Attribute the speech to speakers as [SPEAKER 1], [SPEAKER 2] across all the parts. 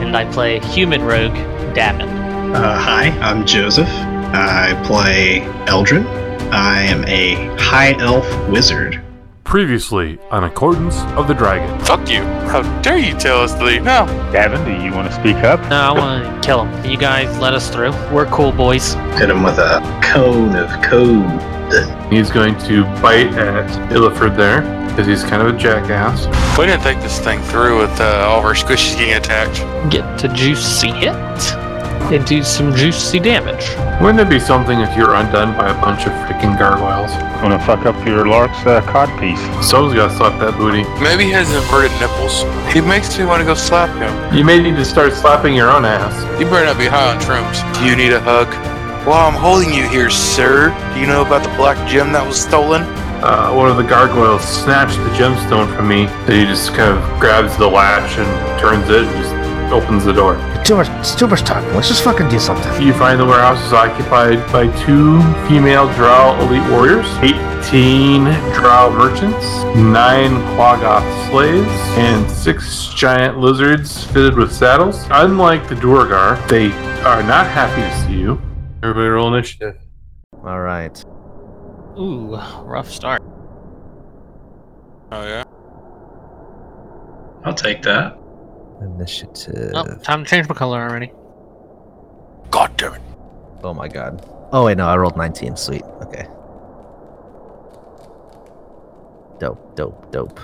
[SPEAKER 1] and I play human rogue Davin.
[SPEAKER 2] Uh, hi, I'm Joseph. I play Eldrin. I am a high elf wizard.
[SPEAKER 3] Previously on Accordance of the Dragon.
[SPEAKER 4] Fuck you! How dare you tell us to leave now?
[SPEAKER 5] Gavin, do you want to speak up?
[SPEAKER 1] No, I want to kill him. You guys let us through. We're cool boys.
[SPEAKER 2] Hit him with a cone of code.
[SPEAKER 3] He's going to bite at Illiford there because he's kind of a jackass.
[SPEAKER 4] We didn't think this thing through with uh, all of our squishies getting attacked.
[SPEAKER 1] Get to juicy it and do some juicy damage.
[SPEAKER 3] Wouldn't it be something if you're undone by a bunch of freaking gargoyles?
[SPEAKER 5] Want to fuck up your Lark's uh, codpiece?
[SPEAKER 3] Someone's got to slap that booty.
[SPEAKER 4] Maybe he has inverted nipples. He makes me want to go slap him.
[SPEAKER 3] You may need to start slapping your own ass.
[SPEAKER 4] You better not be high on shrooms. Do you need a hug? While I'm holding you here, sir, do you know about the black gem that was stolen?
[SPEAKER 3] Uh, one of the gargoyles snatched the gemstone from me. So he just kind of grabs the latch and turns it and just opens the door.
[SPEAKER 6] Too much, it's too much talking. Let's just fucking do something.
[SPEAKER 3] You find the warehouse is occupied by two female drow elite warriors, 18 drow merchants, 9 clogoth slaves, and 6 giant lizards fitted with saddles. Unlike the Durgar, they are not happy to see you. Everybody roll initiative.
[SPEAKER 6] All right.
[SPEAKER 1] Ooh, rough start.
[SPEAKER 4] Oh yeah.
[SPEAKER 2] I'll take that.
[SPEAKER 6] Initiative.
[SPEAKER 2] Uh,
[SPEAKER 1] Oh, time to change my color already.
[SPEAKER 4] God damn it.
[SPEAKER 6] Oh my god. Oh wait, no, I rolled 19. Sweet. Okay. Dope, dope, dope.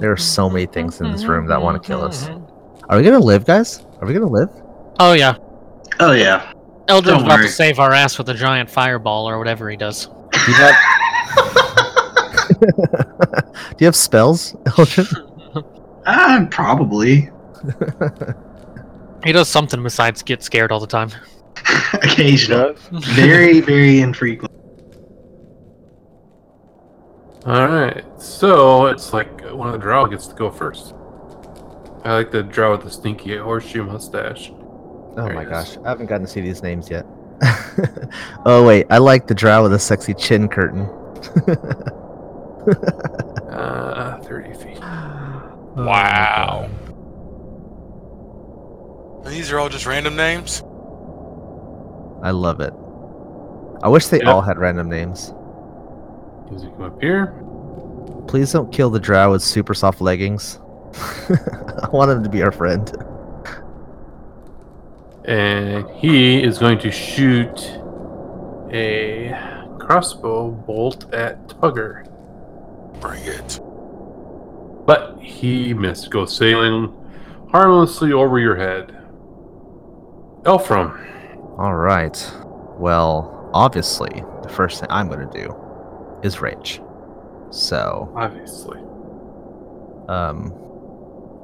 [SPEAKER 6] There are so many things in this room that want to kill us. Are we gonna live, guys? Are we gonna live?
[SPEAKER 1] Oh yeah,
[SPEAKER 2] Oh yeah.
[SPEAKER 1] Eldrin's
[SPEAKER 2] Don't
[SPEAKER 1] about to
[SPEAKER 2] worry.
[SPEAKER 1] save our ass with a giant fireball or whatever he does.
[SPEAKER 6] Do you have, do you have spells, Eldrin?
[SPEAKER 2] Uh, probably.
[SPEAKER 1] He does something besides get scared all the time.
[SPEAKER 2] Occasional. Very, very infrequent.
[SPEAKER 3] Alright, so it's like one of the drow gets to go first. I like the drow with the stinky horseshoe mustache.
[SPEAKER 6] Oh
[SPEAKER 3] There
[SPEAKER 6] my
[SPEAKER 3] it is.
[SPEAKER 6] gosh, I haven't gotten to see these names yet. oh wait, I like the drow with a sexy chin curtain.
[SPEAKER 3] Uh, 30 feet.
[SPEAKER 4] Wow. These are all just random names.
[SPEAKER 6] I love it. I wish they
[SPEAKER 3] Yep.
[SPEAKER 6] all had random names.
[SPEAKER 3] Does he come up here?
[SPEAKER 6] Please don't kill the drow with super soft leggings. I want him to be our friend.
[SPEAKER 3] And he is going to shoot a crossbow bolt at Tugger.
[SPEAKER 4] Bring it.
[SPEAKER 3] But he missed. Go sailing harmlessly over your head. Elfram.
[SPEAKER 6] All right. Well, obviously, the first thing I'm going to do is rage. So,
[SPEAKER 3] Obviously.
[SPEAKER 6] um,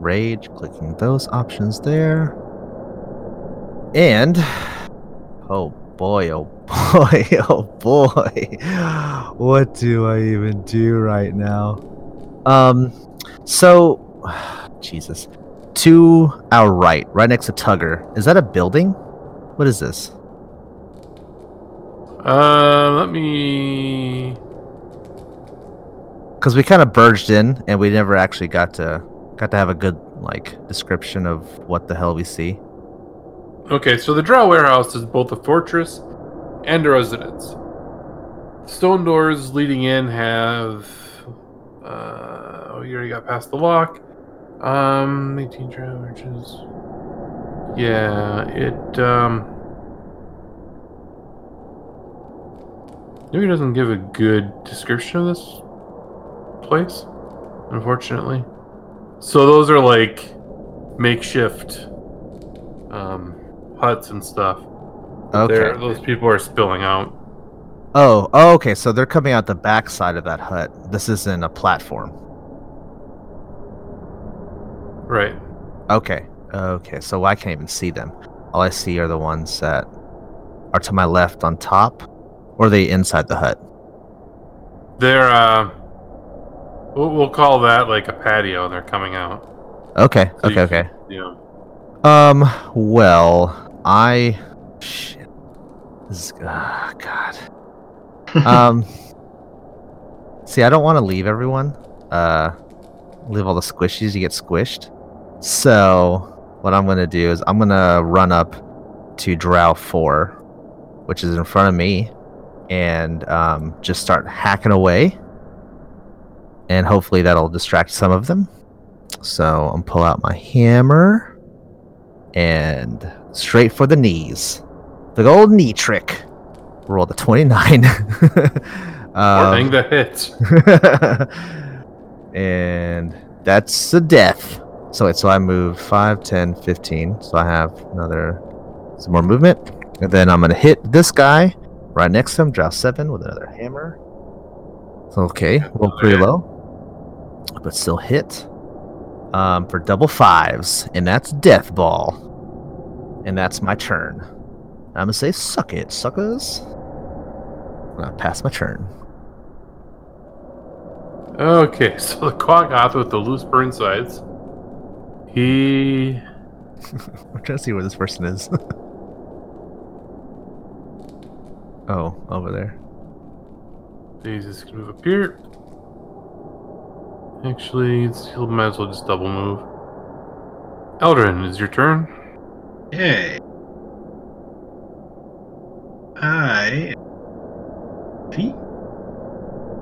[SPEAKER 6] rage, clicking those options there. And, oh boy, oh boy, oh boy. What do I even do right now? Um, so, Jesus. To our right, right next to Tugger, is that a building? What is this?
[SPEAKER 3] Uh, let me.
[SPEAKER 6] because we kind of burged in and we never actually got to got to have a good like description of what the hell we see
[SPEAKER 3] Okay, so the Drow Warehouse is both a fortress and a residence. Stone doors leading in have. Uh, oh, you already got past the lock. Um, 18 travelers. Yeah, it. Um, maybe doesn't give a good description of this place, unfortunately. So those are like makeshift um, huts and stuff.
[SPEAKER 6] okay
[SPEAKER 3] There, those people are spilling out.
[SPEAKER 6] oh, oh okay so they're coming out the back side of that hut this isn't a platform
[SPEAKER 3] Right.
[SPEAKER 6] Okay. Okay. So I can't even see them. All I see are the ones that are to my left on top, or are they inside the hut?
[SPEAKER 3] They're uh, we'll, we'll call that like a patio. They're coming out.
[SPEAKER 6] Okay.
[SPEAKER 3] So you
[SPEAKER 6] Okay. Okay.
[SPEAKER 3] can- You know,
[SPEAKER 6] Um. Well, I. Shit. This is. ah, God. um. See, I don't want to leave everyone. Uh, leave all the squishies. You get squished. So what I'm gonna do is I'm gonna run up to Drow Four, which is in front of me, and um, just start hacking away. And hopefully that'll distract some of them. So I'm pull out my hammer and straight for the knees. The old knee trick. Roll the 29.
[SPEAKER 3] or thing
[SPEAKER 6] um,
[SPEAKER 3] that hits.
[SPEAKER 6] and that's a death. So wait, so I move 5, 10, 15. So I have another some more movement. And then I'm gonna hit this guy right next to him, draw seven with another hammer. So okay, roll pretty
[SPEAKER 3] Okay.
[SPEAKER 6] low. But still hit. Um, for double fives, and that's death ball. And that's my turn. I'm gonna say suck it, suckers. And I pass my turn.
[SPEAKER 3] Okay, so the Quaggoth with the loose burn sides. He
[SPEAKER 6] I'm trying to see where this person is. oh, over there.
[SPEAKER 3] Jesus can move up here. Actually, it's, he might as well just double move. Eldrin, is your turn.
[SPEAKER 2] Hey. I. Feet?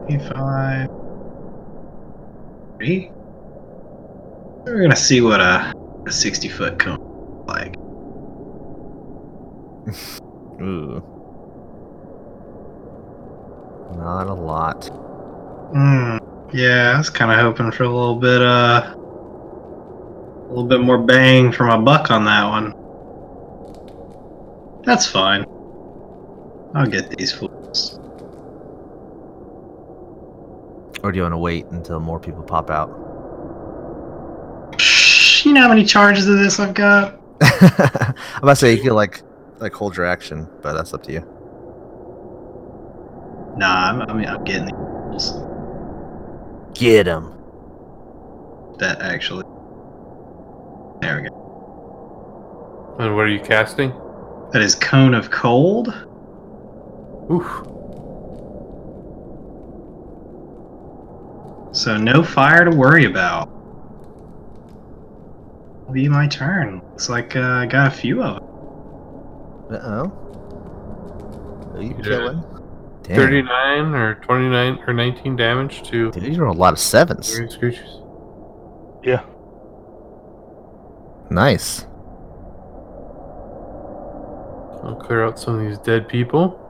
[SPEAKER 2] 25. 3? We're gonna see what a, a 60 foot cone looks like.
[SPEAKER 6] Ooh. Not a lot.
[SPEAKER 2] Mm, yeah, I was kind of hoping for a little bit, uh. A little bit more bang for my buck on that one. That's fine. I'll get these fools.
[SPEAKER 6] Or do you want to wait until more people pop out?
[SPEAKER 2] Shh, You know how many charges of this I've got?
[SPEAKER 6] I'm about to say you could like like hold your action, but that's up to you.
[SPEAKER 2] Nah, I'm, I mean, I'm getting the rules
[SPEAKER 6] Get him.
[SPEAKER 2] that actually. There we go.
[SPEAKER 3] And what are you casting?
[SPEAKER 2] That is Cone of Cold.
[SPEAKER 3] Oof.
[SPEAKER 2] So no fire to worry about. Will be my turn. Looks like uh, I got a few of them.
[SPEAKER 6] Uh oh. Who you
[SPEAKER 3] Yeah.
[SPEAKER 6] killing? Damn.
[SPEAKER 3] 39 or 29 or 19 damage to
[SPEAKER 6] Dude, you rolled a lot of sevens.
[SPEAKER 3] various creatures.
[SPEAKER 5] Yeah.
[SPEAKER 6] Nice.
[SPEAKER 3] I'll clear out some of these dead people.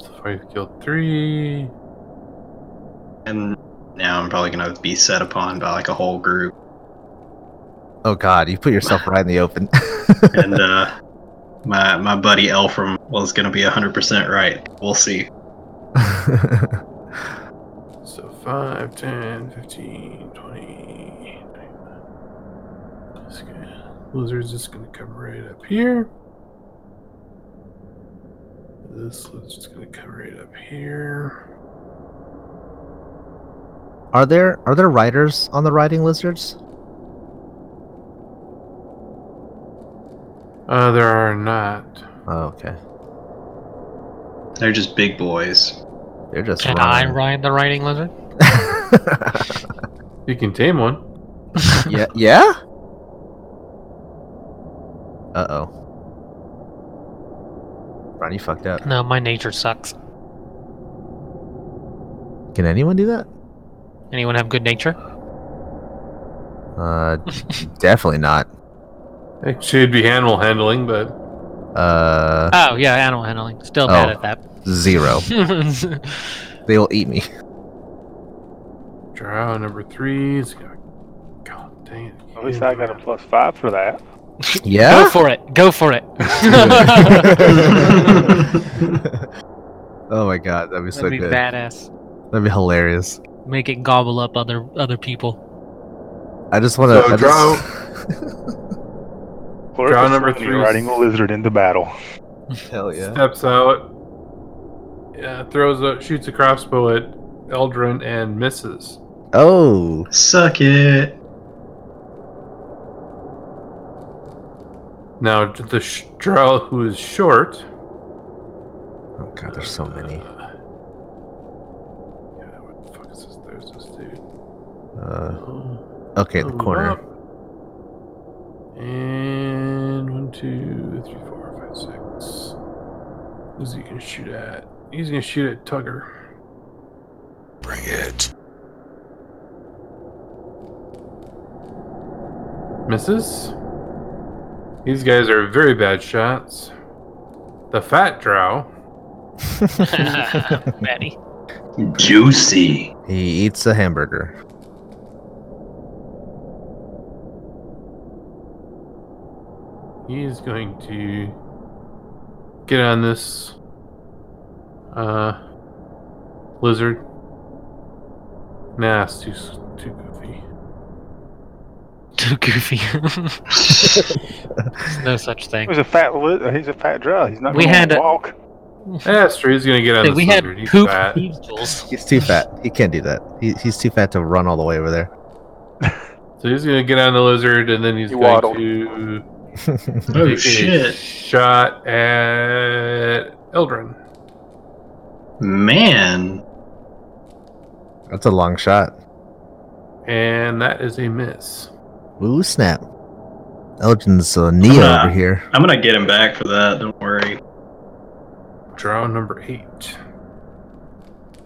[SPEAKER 3] So far, you've killed three.
[SPEAKER 2] And now I'm probably gonna be set upon by like a whole group.
[SPEAKER 6] Oh god, you put yourself right in the open.
[SPEAKER 2] and uh, my my buddy Elfram was gonna be 100% right. We'll see.
[SPEAKER 3] So 5, 10, 15, 20. This guy- Lizard's just going to come right up here. This lizard's just going to come right up here.
[SPEAKER 6] Are there are there riders on the riding lizards?
[SPEAKER 3] Uh, there are not.
[SPEAKER 6] Oh, okay.
[SPEAKER 2] They're just big boys.
[SPEAKER 6] They're just
[SPEAKER 1] Can I
[SPEAKER 6] running.
[SPEAKER 1] ride the riding lizard?
[SPEAKER 3] You can tame one.
[SPEAKER 6] yeah, yeah. Uh oh. Ronnie fucked up.
[SPEAKER 1] No, my nature sucks.
[SPEAKER 6] Can anyone do that?
[SPEAKER 1] Anyone have good nature?
[SPEAKER 6] Uh, definitely not.
[SPEAKER 3] Actually, it'd be animal handling, but
[SPEAKER 6] Uh,
[SPEAKER 1] Oh yeah, animal handling. Still bad
[SPEAKER 6] Oh.
[SPEAKER 1] at that.
[SPEAKER 6] zero. They will eat me.
[SPEAKER 3] Drow number three is going to. God dang it.
[SPEAKER 5] At least I got a plus five for that.
[SPEAKER 1] Go
[SPEAKER 6] Yeah.
[SPEAKER 1] for it. Go for it.
[SPEAKER 6] oh my god, that'd be so
[SPEAKER 1] That'd be
[SPEAKER 6] good.
[SPEAKER 1] badass.
[SPEAKER 6] That'd be hilarious.
[SPEAKER 1] Make it gobble up other other people.
[SPEAKER 6] I just want to.
[SPEAKER 3] So
[SPEAKER 6] I
[SPEAKER 3] draw-
[SPEAKER 5] Clerk
[SPEAKER 3] Draw
[SPEAKER 5] of
[SPEAKER 3] number
[SPEAKER 5] Sony
[SPEAKER 3] three.
[SPEAKER 5] Riding a lizard into battle.
[SPEAKER 6] just, hell yeah.
[SPEAKER 3] steps out, uh, throws a, shoots a crossbow at Eldrin and misses.
[SPEAKER 6] Oh,
[SPEAKER 2] Suck it.
[SPEAKER 3] Now the sh- drow who is short.
[SPEAKER 6] oh god, there's so many.
[SPEAKER 3] Uh, yeah, what the fuck is this? There's this dude.
[SPEAKER 6] Uh,
[SPEAKER 3] Oh,
[SPEAKER 6] okay, the
[SPEAKER 3] move
[SPEAKER 6] corner.
[SPEAKER 3] up. And one, two, three, four, five, six. Who's he gonna shoot at? He's gonna shoot at Tugger.
[SPEAKER 4] Bring it.
[SPEAKER 3] Misses. These guys are very bad shots. The fat drow.
[SPEAKER 1] Maddie.
[SPEAKER 2] Juicy.
[SPEAKER 6] He eats a hamburger.
[SPEAKER 3] He is going to get on this uh, lizard. Nah, it's too s- too goofy.
[SPEAKER 1] Too goofy. no such thing.
[SPEAKER 5] He's a fat. Li- he's a fat drow. He's not
[SPEAKER 1] We
[SPEAKER 5] going
[SPEAKER 1] had
[SPEAKER 5] to
[SPEAKER 1] a-
[SPEAKER 5] walk.
[SPEAKER 3] That's true. He's gonna get on
[SPEAKER 1] Hey,
[SPEAKER 3] this
[SPEAKER 1] we had
[SPEAKER 3] lizard. He's
[SPEAKER 1] poop
[SPEAKER 3] fat.
[SPEAKER 1] angels.
[SPEAKER 6] He's too fat. He can't do that. He, he's too fat to run all the way over there.
[SPEAKER 3] So he's gonna get on the lizard, and then he's
[SPEAKER 5] He
[SPEAKER 3] going
[SPEAKER 5] waddled.
[SPEAKER 3] to
[SPEAKER 2] Oh
[SPEAKER 3] take a
[SPEAKER 2] shit.
[SPEAKER 3] shot at Eldrin.
[SPEAKER 2] Man.
[SPEAKER 6] That's a long shot.
[SPEAKER 3] And that is a miss.
[SPEAKER 6] Ooh, snap. Elgin's uh, Neo
[SPEAKER 2] Ah.
[SPEAKER 6] over here.
[SPEAKER 2] I'm gonna get him back for that, don't worry.
[SPEAKER 3] Draw number eight.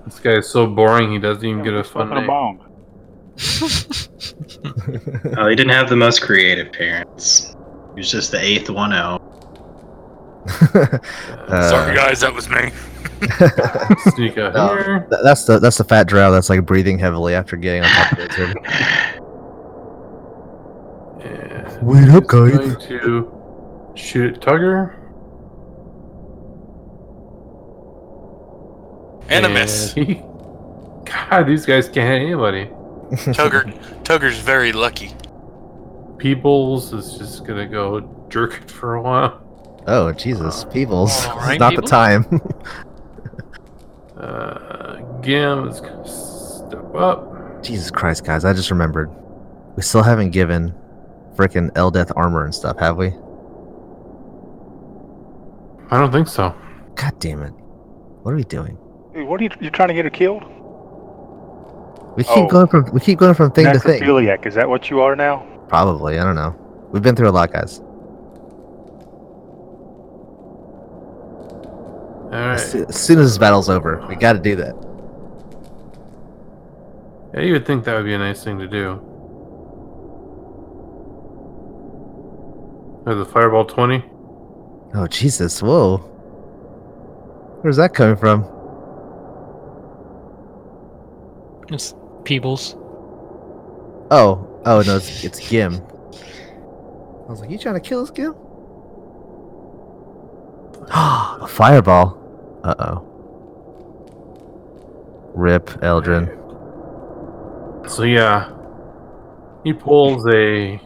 [SPEAKER 3] This guy is so boring he doesn't even get a fun
[SPEAKER 5] Fucking a
[SPEAKER 3] name.
[SPEAKER 5] bomb.
[SPEAKER 2] Oh, he didn't have the most creative parents. He was just the eighth one out.
[SPEAKER 3] Uh,
[SPEAKER 4] Sorry, guys, that was me.
[SPEAKER 3] sneak out
[SPEAKER 6] No.
[SPEAKER 3] here.
[SPEAKER 6] Th- that's the that's the fat drow that's like breathing heavily after getting on top of the lizard.
[SPEAKER 3] And
[SPEAKER 6] Wait up,
[SPEAKER 3] he's
[SPEAKER 6] guys.
[SPEAKER 3] Going to shoot at Tugger.
[SPEAKER 4] And a miss.
[SPEAKER 3] And he- God, these guys can't hit anybody.
[SPEAKER 4] Tugger, Tugger's very lucky.
[SPEAKER 3] Peebles is just gonna go jerk it for a while.
[SPEAKER 6] Oh Jesus, Peebles!
[SPEAKER 1] All
[SPEAKER 6] This is
[SPEAKER 1] right,
[SPEAKER 6] not the
[SPEAKER 1] Peebles.
[SPEAKER 6] time.
[SPEAKER 3] Uh, Gim is gonna step up.
[SPEAKER 6] Jesus Christ, guys! I just remembered. We still haven't given frickin' Eldeth armor and stuff, have we?
[SPEAKER 3] I don't think so.
[SPEAKER 6] God damn it! What are we doing?
[SPEAKER 5] Dude, what are you? You trying to get her killed?
[SPEAKER 6] We keep
[SPEAKER 5] Oh.
[SPEAKER 6] going from we keep going from thing to thing.
[SPEAKER 5] Necrophiliac. Is that what you are now?
[SPEAKER 6] Probably, I don't know. We've been through a lot, guys.
[SPEAKER 3] All
[SPEAKER 6] As,
[SPEAKER 3] right.
[SPEAKER 6] soo- as soon as this battle's over, we got to do that.
[SPEAKER 3] Yeah, you would think that would be a nice thing to do. Oh, the fireball twenty.
[SPEAKER 6] Oh Jesus! Whoa! Where's that coming from?
[SPEAKER 1] It's Peebles.
[SPEAKER 6] Oh, oh no, it's, it's Gim. I was like, you trying to kill us, Gim? a fireball. Uh oh. Rip, Eldrin.
[SPEAKER 3] So yeah, he pulls a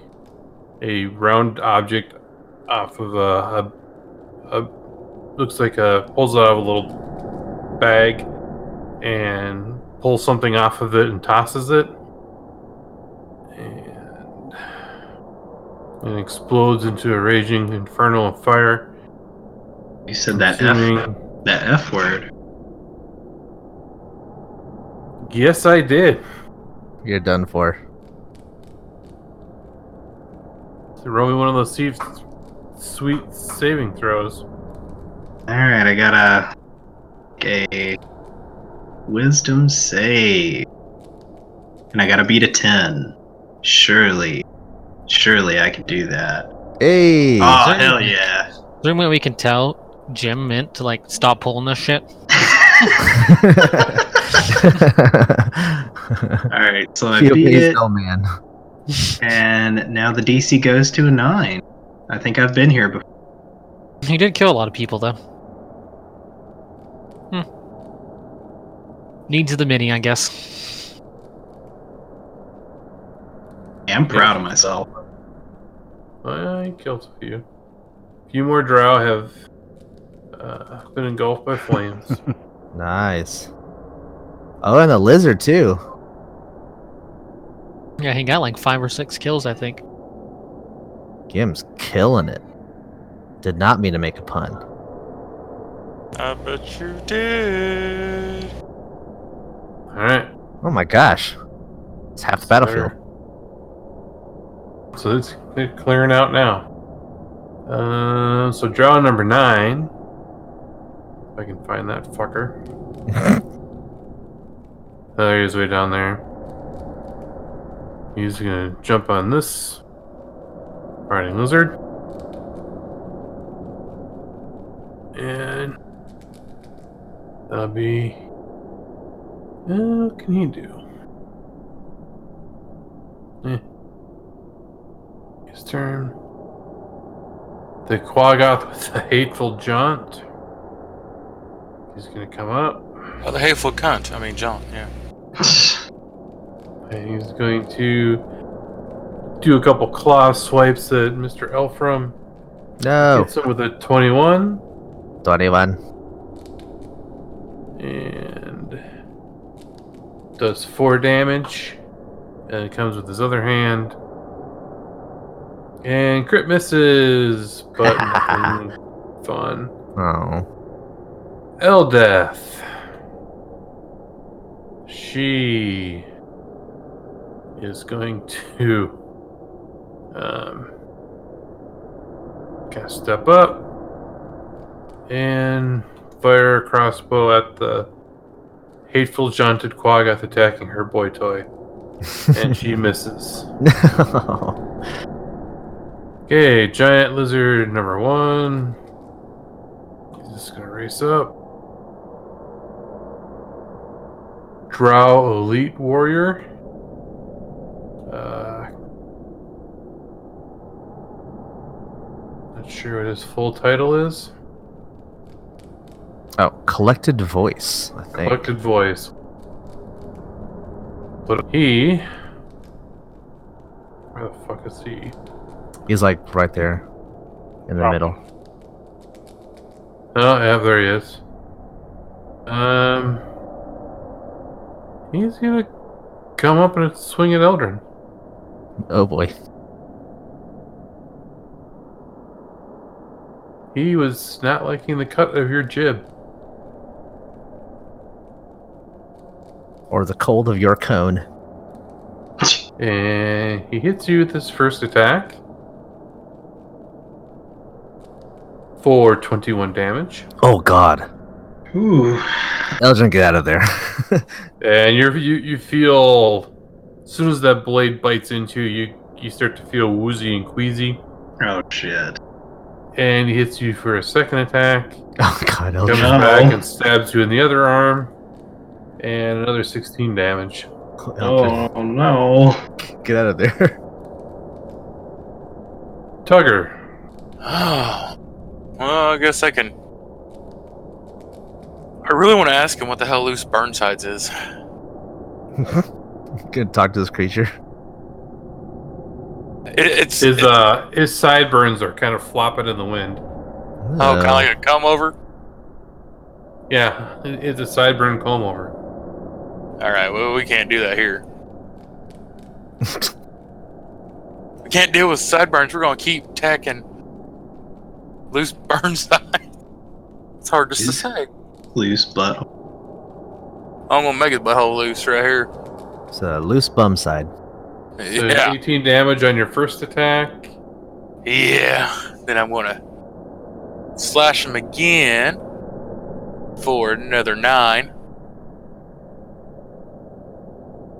[SPEAKER 3] a round object off of a, a, a looks like a pulls it out of a little bag and pulls something off of it and tosses it and and explodes into a raging inferno of fire.
[SPEAKER 2] You said that
[SPEAKER 3] consuming-
[SPEAKER 2] F that F word.
[SPEAKER 3] Yes, I did.
[SPEAKER 6] You're done for.
[SPEAKER 3] Throw me one of those sweet, sweet saving throws.
[SPEAKER 2] Alright, I got a a wisdom save. And I gotta beat a ten. Surely. Surely I can do that.
[SPEAKER 6] Hey!
[SPEAKER 2] Oh
[SPEAKER 1] there
[SPEAKER 2] hell
[SPEAKER 1] any-
[SPEAKER 2] yeah.
[SPEAKER 1] Is there any way we can tell Jim meant to like stop pulling this shit?
[SPEAKER 2] Alright, so I
[SPEAKER 6] Feel
[SPEAKER 2] beat
[SPEAKER 6] please,
[SPEAKER 2] it
[SPEAKER 6] oh man.
[SPEAKER 2] and now the DC goes to a nine. I think I've been here before.
[SPEAKER 1] He did kill a lot of people though. Hmm. Needs of the mini, I guess.
[SPEAKER 2] Yeah, I'm proud of myself.
[SPEAKER 3] I killed a few. A few more drow have uh, been engulfed by flames.
[SPEAKER 6] Nice. Oh, and a lizard too.
[SPEAKER 1] Yeah, he got like five or six kills, I think.
[SPEAKER 6] Gim's killing it. Did not mean to make a pun.
[SPEAKER 4] I bet you did.
[SPEAKER 3] All right.
[SPEAKER 6] Oh my gosh. It's half the battlefield.
[SPEAKER 3] So it's they're clearing out now. Uh, so draw number nine. If I can find that fucker. oh, there he is way down there. He's gonna jump on this riding lizard. And that'll be. Uh, what can he do? Eh. His turn. The Quaggoth with the hateful jaunt. He's gonna come up.
[SPEAKER 4] Oh, the hateful cunt. I mean, John. Yeah.
[SPEAKER 3] And he's going to do a couple claw swipes at Mr. Elfram.
[SPEAKER 6] No.
[SPEAKER 3] Hits him with a 21.
[SPEAKER 6] 21.
[SPEAKER 3] And does 4 damage. And it comes with his other hand. And crit misses. But nothing fun.
[SPEAKER 6] Oh.
[SPEAKER 3] Eldeth. She is going to um, kind of step up and fire a crossbow at the hateful, jaunted Quaggoth attacking her boy toy. and she misses.
[SPEAKER 6] No.
[SPEAKER 3] Okay, giant lizard number one. He's just gonna race up. Drow elite warrior. Uh, not sure what his full title is.
[SPEAKER 6] Oh, collected voice, I think.
[SPEAKER 3] Collected voice. But he. Where the fuck is he?
[SPEAKER 6] He's like right there in the
[SPEAKER 5] Oh.
[SPEAKER 6] middle.
[SPEAKER 3] Oh yeah, there he is. Um, he's gonna come up and swing at Eldrin.
[SPEAKER 6] Oh boy.
[SPEAKER 3] He was not liking the cut of your jib.
[SPEAKER 6] Or the cold of your cone.
[SPEAKER 3] And he hits you with his first attack for 21 damage.
[SPEAKER 6] Oh god.
[SPEAKER 2] Ooh.
[SPEAKER 6] Elgin, get out of there.
[SPEAKER 3] And you're, you you feel as soon as that blade bites into you, you start to feel woozy and queasy.
[SPEAKER 2] Oh shit.
[SPEAKER 3] And he hits you for a second attack.
[SPEAKER 6] oh god,
[SPEAKER 3] Comes
[SPEAKER 6] Elgin.
[SPEAKER 2] No.
[SPEAKER 3] back and stabs you in the other arm. And another 16 damage.
[SPEAKER 6] Elgin,
[SPEAKER 2] Oh no.
[SPEAKER 6] Get out of there.
[SPEAKER 3] Tugger.
[SPEAKER 4] Oh. Well, I guess I can. I really want to ask him what the hell loose Burnsides is.
[SPEAKER 6] Gonna talk to this creature.
[SPEAKER 4] It, it's
[SPEAKER 3] His, uh, his sideburns are kind of flopping in the wind.
[SPEAKER 4] oh, kind of like a come over.
[SPEAKER 3] Yeah, it- it's a sideburn comb over.
[SPEAKER 4] All right, well, we can't do that here. we can't deal with sideburns. We're gonna keep tacking loose Burnside. It's hard to
[SPEAKER 2] Is-
[SPEAKER 4] say.
[SPEAKER 2] Loose butt.
[SPEAKER 4] I'm gonna make it butthole loose right here.
[SPEAKER 6] It's a loose bum side.
[SPEAKER 3] So
[SPEAKER 4] Yeah,
[SPEAKER 3] 18 damage on your first attack.
[SPEAKER 4] yeah. Then I'm gonna slash him again for another nine.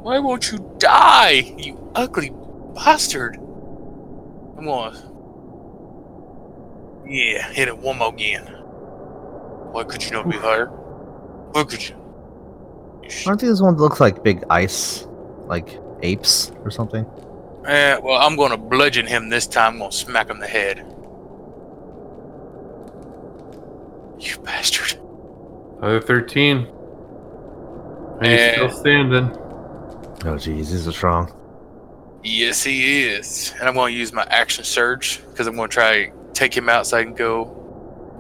[SPEAKER 4] Why won't you die, you ugly bastard? I'm gonna. Yeah, hit it one more again. Why could you not be higher? Why could you? you sh-
[SPEAKER 6] Aren't these ones that look like big ice, like apes or something?
[SPEAKER 4] Eh, well, I'm gonna bludgeon him this time. I'm gonna smack him in the head. You bastard.
[SPEAKER 3] Another 13. And he's
[SPEAKER 4] Yeah.
[SPEAKER 3] still standing.
[SPEAKER 6] Oh jeez, these are strong.
[SPEAKER 4] Yes, he is. And I'm going to use my action surge because I'm going to try take him out so I can go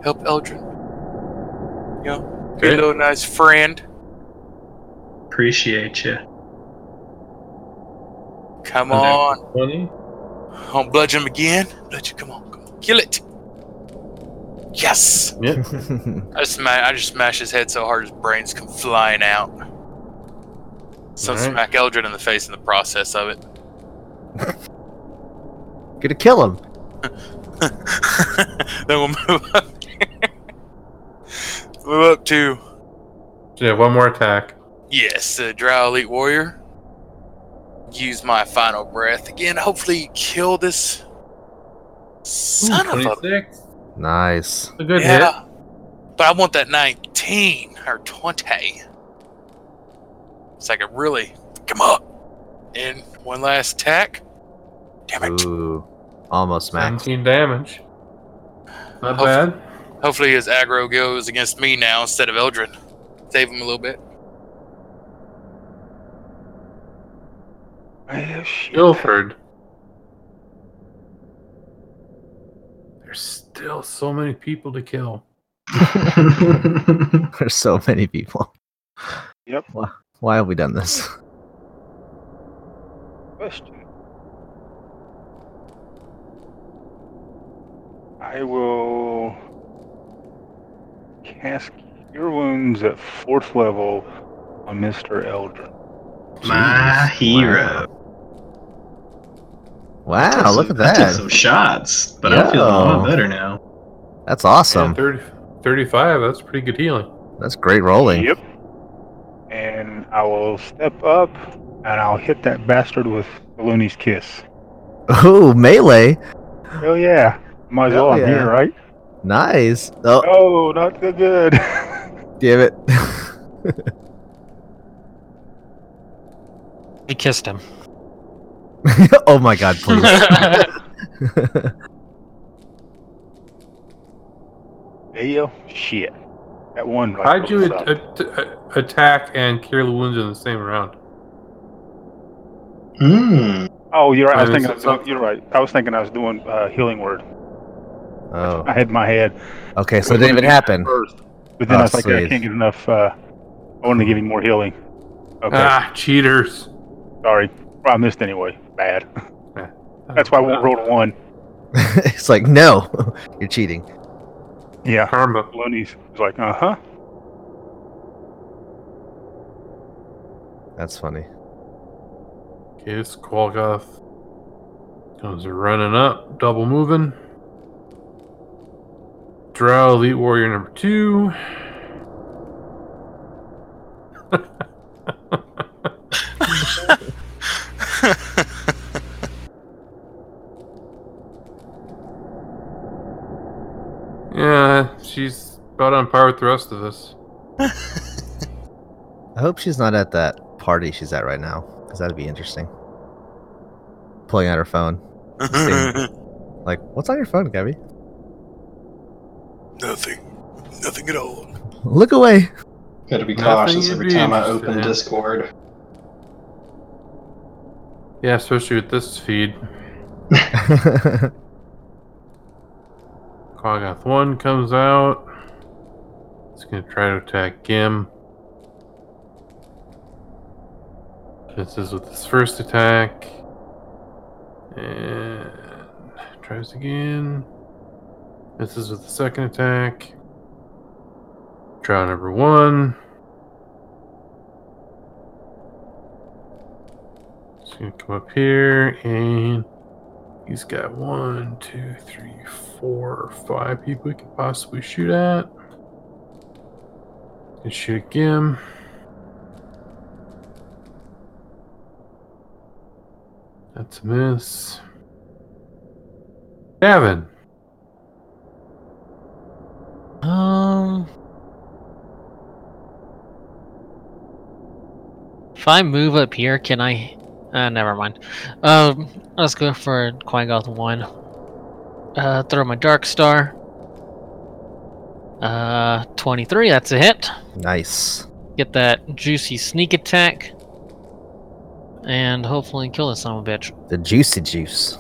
[SPEAKER 4] help Eldrin. You know, be a
[SPEAKER 3] Okay.
[SPEAKER 4] little nice friend.
[SPEAKER 2] Appreciate you.
[SPEAKER 4] Come
[SPEAKER 3] Okay.
[SPEAKER 4] on.
[SPEAKER 3] Twenty.
[SPEAKER 4] I'll bludgeon him again. Bludgeon, come on. Come on. Kill it. Yes. I just, sma- I just smash his head so hard his brains come flying out. So
[SPEAKER 3] Alright.
[SPEAKER 4] smack Eldrin in the face in the process of it.
[SPEAKER 6] Gonna kill him.
[SPEAKER 4] then we'll move up. move up to
[SPEAKER 3] So you have one more attack.
[SPEAKER 4] Yes, the Drow Elite Warrior. Use my final breath again. Hopefully, kill this son of a
[SPEAKER 3] Twenty-six.
[SPEAKER 6] Nice.
[SPEAKER 3] A good hit.
[SPEAKER 4] yeah. But I want that nineteen or twenty, so I can really come up. And one last attack. Damn it!
[SPEAKER 6] Ooh, almost max.
[SPEAKER 3] Seventeen damage. Not
[SPEAKER 4] Hopefully-
[SPEAKER 3] bad.
[SPEAKER 4] Hopefully, his aggro goes against me now instead of Eldrin. Save him a little bit.
[SPEAKER 3] Ilford. There's still so many people to kill.
[SPEAKER 6] There's so many people.
[SPEAKER 5] Yep.
[SPEAKER 6] Why, why have we done this?
[SPEAKER 5] Question. I will cast Cure Wounds at fourth level on Mr. Eldrin.
[SPEAKER 2] My hero.
[SPEAKER 6] Wow,
[SPEAKER 2] Took
[SPEAKER 6] look
[SPEAKER 2] some-
[SPEAKER 6] at that.
[SPEAKER 2] Took some shots, but I'm feeling a lot
[SPEAKER 6] Yo.
[SPEAKER 2] better now.
[SPEAKER 6] That's awesome.
[SPEAKER 3] Yeah, 30, 35, that's pretty good healing.
[SPEAKER 6] That's great rolling.
[SPEAKER 5] Yep. And I will step up and I'll hit that bastard with Baloney's Kiss.
[SPEAKER 6] Ooh, melee.
[SPEAKER 5] Hell yeah. Might as
[SPEAKER 6] Hell
[SPEAKER 5] well, I'm
[SPEAKER 6] yeah.
[SPEAKER 5] here, right?
[SPEAKER 6] Nice. Oh,
[SPEAKER 5] Oh, not so good.
[SPEAKER 6] damn it.
[SPEAKER 1] He kissed him.
[SPEAKER 6] oh my god, please.
[SPEAKER 5] Deal? Shit. That one right
[SPEAKER 3] How'd you
[SPEAKER 5] up.
[SPEAKER 3] at- at- at- attack and cure the wounds in the same round?
[SPEAKER 2] Hmm.
[SPEAKER 5] Oh, you're right. I was
[SPEAKER 3] Uh,
[SPEAKER 5] thinking. I
[SPEAKER 3] so-
[SPEAKER 5] was doing, you're right. I was thinking I was doing uh, healing word.
[SPEAKER 6] oh.
[SPEAKER 5] I had my head,
[SPEAKER 6] Okay, so it didn't even happen.
[SPEAKER 5] but then
[SPEAKER 6] Oh,
[SPEAKER 5] I was like, I
[SPEAKER 6] sweet.
[SPEAKER 5] can't get enough. Uh, I wanted to give you more healing. Okay,
[SPEAKER 3] Ah, cheaters.
[SPEAKER 5] sorry. Well, I missed anyway. Bad. That's why I
[SPEAKER 3] Uh,
[SPEAKER 5] won't roll a one.
[SPEAKER 6] it's like, no, you're cheating.
[SPEAKER 5] Yeah.
[SPEAKER 3] Karma.
[SPEAKER 5] Looney's was like, uh huh.
[SPEAKER 6] That's funny.
[SPEAKER 3] Okay, this Qualgoth comes running up, double moving. Drow Elite Warrior number two. Yeah, she's about on par with the rest of us.
[SPEAKER 6] I hope she's not at that party she's at right now, because that'd be interesting. Pulling out her phone. Like, what's on your phone, Gabby?
[SPEAKER 4] Nothing. Nothing at all.
[SPEAKER 6] Look away.
[SPEAKER 2] Gotta be
[SPEAKER 3] Nothing cautious you'd every be time I interested open in.
[SPEAKER 2] Discord.
[SPEAKER 3] Yeah, especially with this feed. Quagoth 1 comes out. It's going to try to attack Gim. This is with his first attack. And tries again. This is with the second attack. Try number 1. It's going to come up here and. He's got one, two, three, four, five people he could possibly shoot at. And shoot at Gim. That's a miss. Gavin.
[SPEAKER 1] Um. If I move up here, can I? Uh, never mind. Um, let's go for Quangoth one. Uh, throw my Dark Star. Uh, twenty-three. That's a hit.
[SPEAKER 6] nice.
[SPEAKER 1] Get that juicy sneak attack. and hopefully kill this son of a bitch.
[SPEAKER 6] The juicy juice.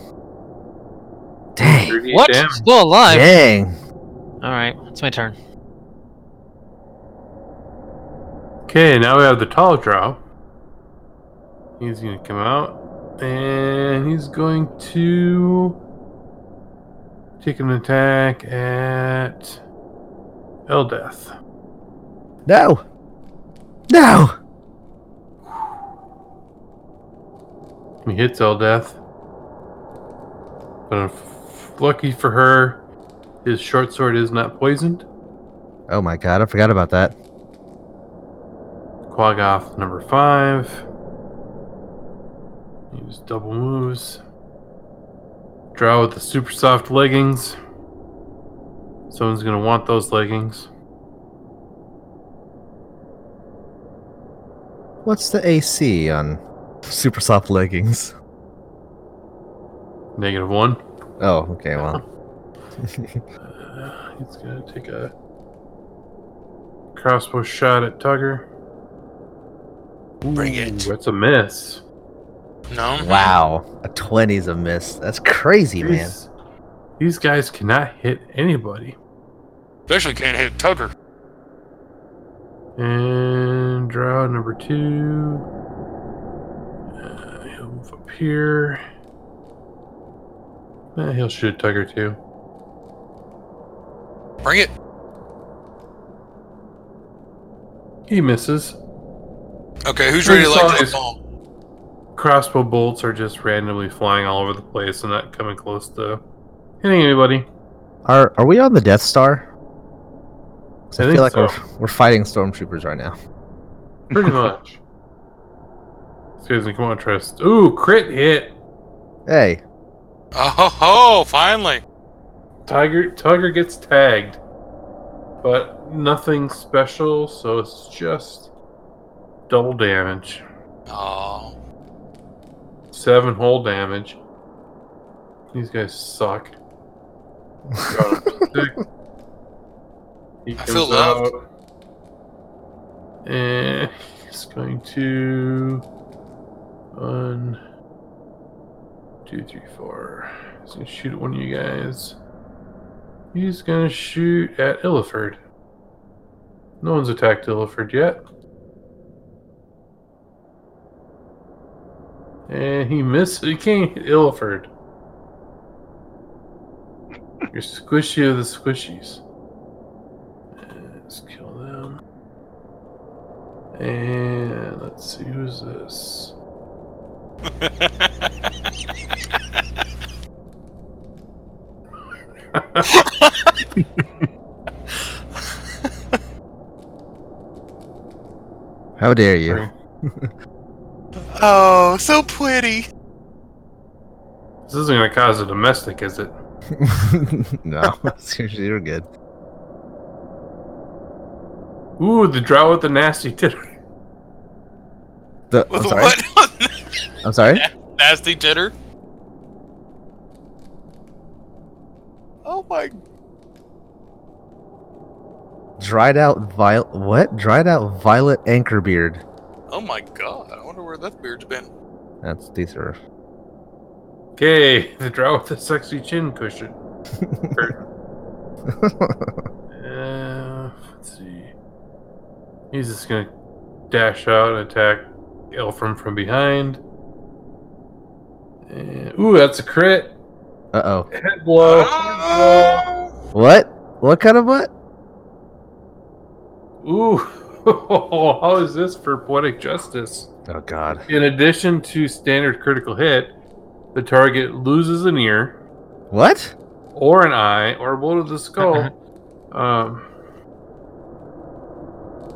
[SPEAKER 6] Dang.
[SPEAKER 3] 38
[SPEAKER 1] What?
[SPEAKER 3] damage.
[SPEAKER 1] Still alive?
[SPEAKER 6] Dang.
[SPEAKER 1] All right, it's my turn.
[SPEAKER 3] Okay, now we have the tall drow. He's gonna come out, and he's going to take an attack at Eldeath.
[SPEAKER 6] No. No.
[SPEAKER 3] He hits Eldeath, but unf- lucky for her, his short sword is not poisoned.
[SPEAKER 6] Oh my god, I forgot about that.
[SPEAKER 3] Quagoth number five. Use double moves. Draw with the super soft leggings. Someone's gonna want those leggings.
[SPEAKER 6] What's the AC on super soft leggings?
[SPEAKER 3] Negative one.
[SPEAKER 6] Oh, okay, well.
[SPEAKER 3] Uh, he's gonna take a crossbow shot at Tugger.
[SPEAKER 4] Bring it.
[SPEAKER 3] That's a miss.
[SPEAKER 4] No.
[SPEAKER 3] Mm-hmm.
[SPEAKER 6] wow. A 20's a miss. That's crazy, man.
[SPEAKER 3] These- These guys cannot hit anybody.
[SPEAKER 4] Especially can't hit Tugger.
[SPEAKER 3] And draw number two. Uh, he'll move up here. Eh, he'll shoot Tugger too.
[SPEAKER 4] Bring it.
[SPEAKER 3] He misses.
[SPEAKER 4] Okay, who's
[SPEAKER 3] Three
[SPEAKER 4] ready to light
[SPEAKER 3] sides.
[SPEAKER 4] this bomb?
[SPEAKER 3] Crossbow bolts are just randomly flying all over the place and not coming close to hitting anybody.
[SPEAKER 6] Are are we on the Death Star? 'Cause
[SPEAKER 3] I
[SPEAKER 6] I,
[SPEAKER 3] think
[SPEAKER 6] feel like
[SPEAKER 3] so.
[SPEAKER 6] we're, we're fighting stormtroopers right now.
[SPEAKER 3] Pretty much. This guy's gonna come on trust. Ooh, crit hit.
[SPEAKER 6] Hey,
[SPEAKER 4] Oh, ho, ho, finally.
[SPEAKER 3] Tiger Tiger gets tagged. But nothing special, so it's just double damage.
[SPEAKER 4] Oh,
[SPEAKER 3] Seven whole damage. These guys suck. Got him sick. He
[SPEAKER 4] I feel loved.
[SPEAKER 3] out, And he's going to one, two, three, four. He's gonna shoot at one of you guys. He's gonna shoot at Illiford. No one's attacked Illiford yet. And he missed. He can't hit Illiford. You're squishy of the squishies. And Let's kill them. And let's see who's this.
[SPEAKER 6] how dare you?
[SPEAKER 4] oh, so pretty.
[SPEAKER 3] This isn't going to cause a domestic, is it?
[SPEAKER 6] no, seriously, you're good.
[SPEAKER 3] Ooh, the drow with the nasty titter.
[SPEAKER 6] The, I'm
[SPEAKER 4] With
[SPEAKER 6] sorry.
[SPEAKER 4] what?
[SPEAKER 6] I'm sorry.
[SPEAKER 4] Nasty jitter. Oh my
[SPEAKER 6] Dried out violet. What? Dried out violet anchor beard.
[SPEAKER 4] Oh my god, I wonder where that beard's been.
[SPEAKER 6] That's these are.
[SPEAKER 3] Okay, the drow with the sexy chin cushion. Uh, let's see. He's just gonna dash out and attack Elfram from behind. And, ooh, that's a crit.
[SPEAKER 6] uh oh.
[SPEAKER 3] Head blow.
[SPEAKER 4] Ah!
[SPEAKER 3] Oh.
[SPEAKER 6] What? What kind of what?
[SPEAKER 3] Ooh, how is this for poetic justice?
[SPEAKER 6] Oh God.
[SPEAKER 3] In addition to standard critical hit, the target loses an ear,
[SPEAKER 6] What?
[SPEAKER 3] or an eye, or a bullet of the skull. um,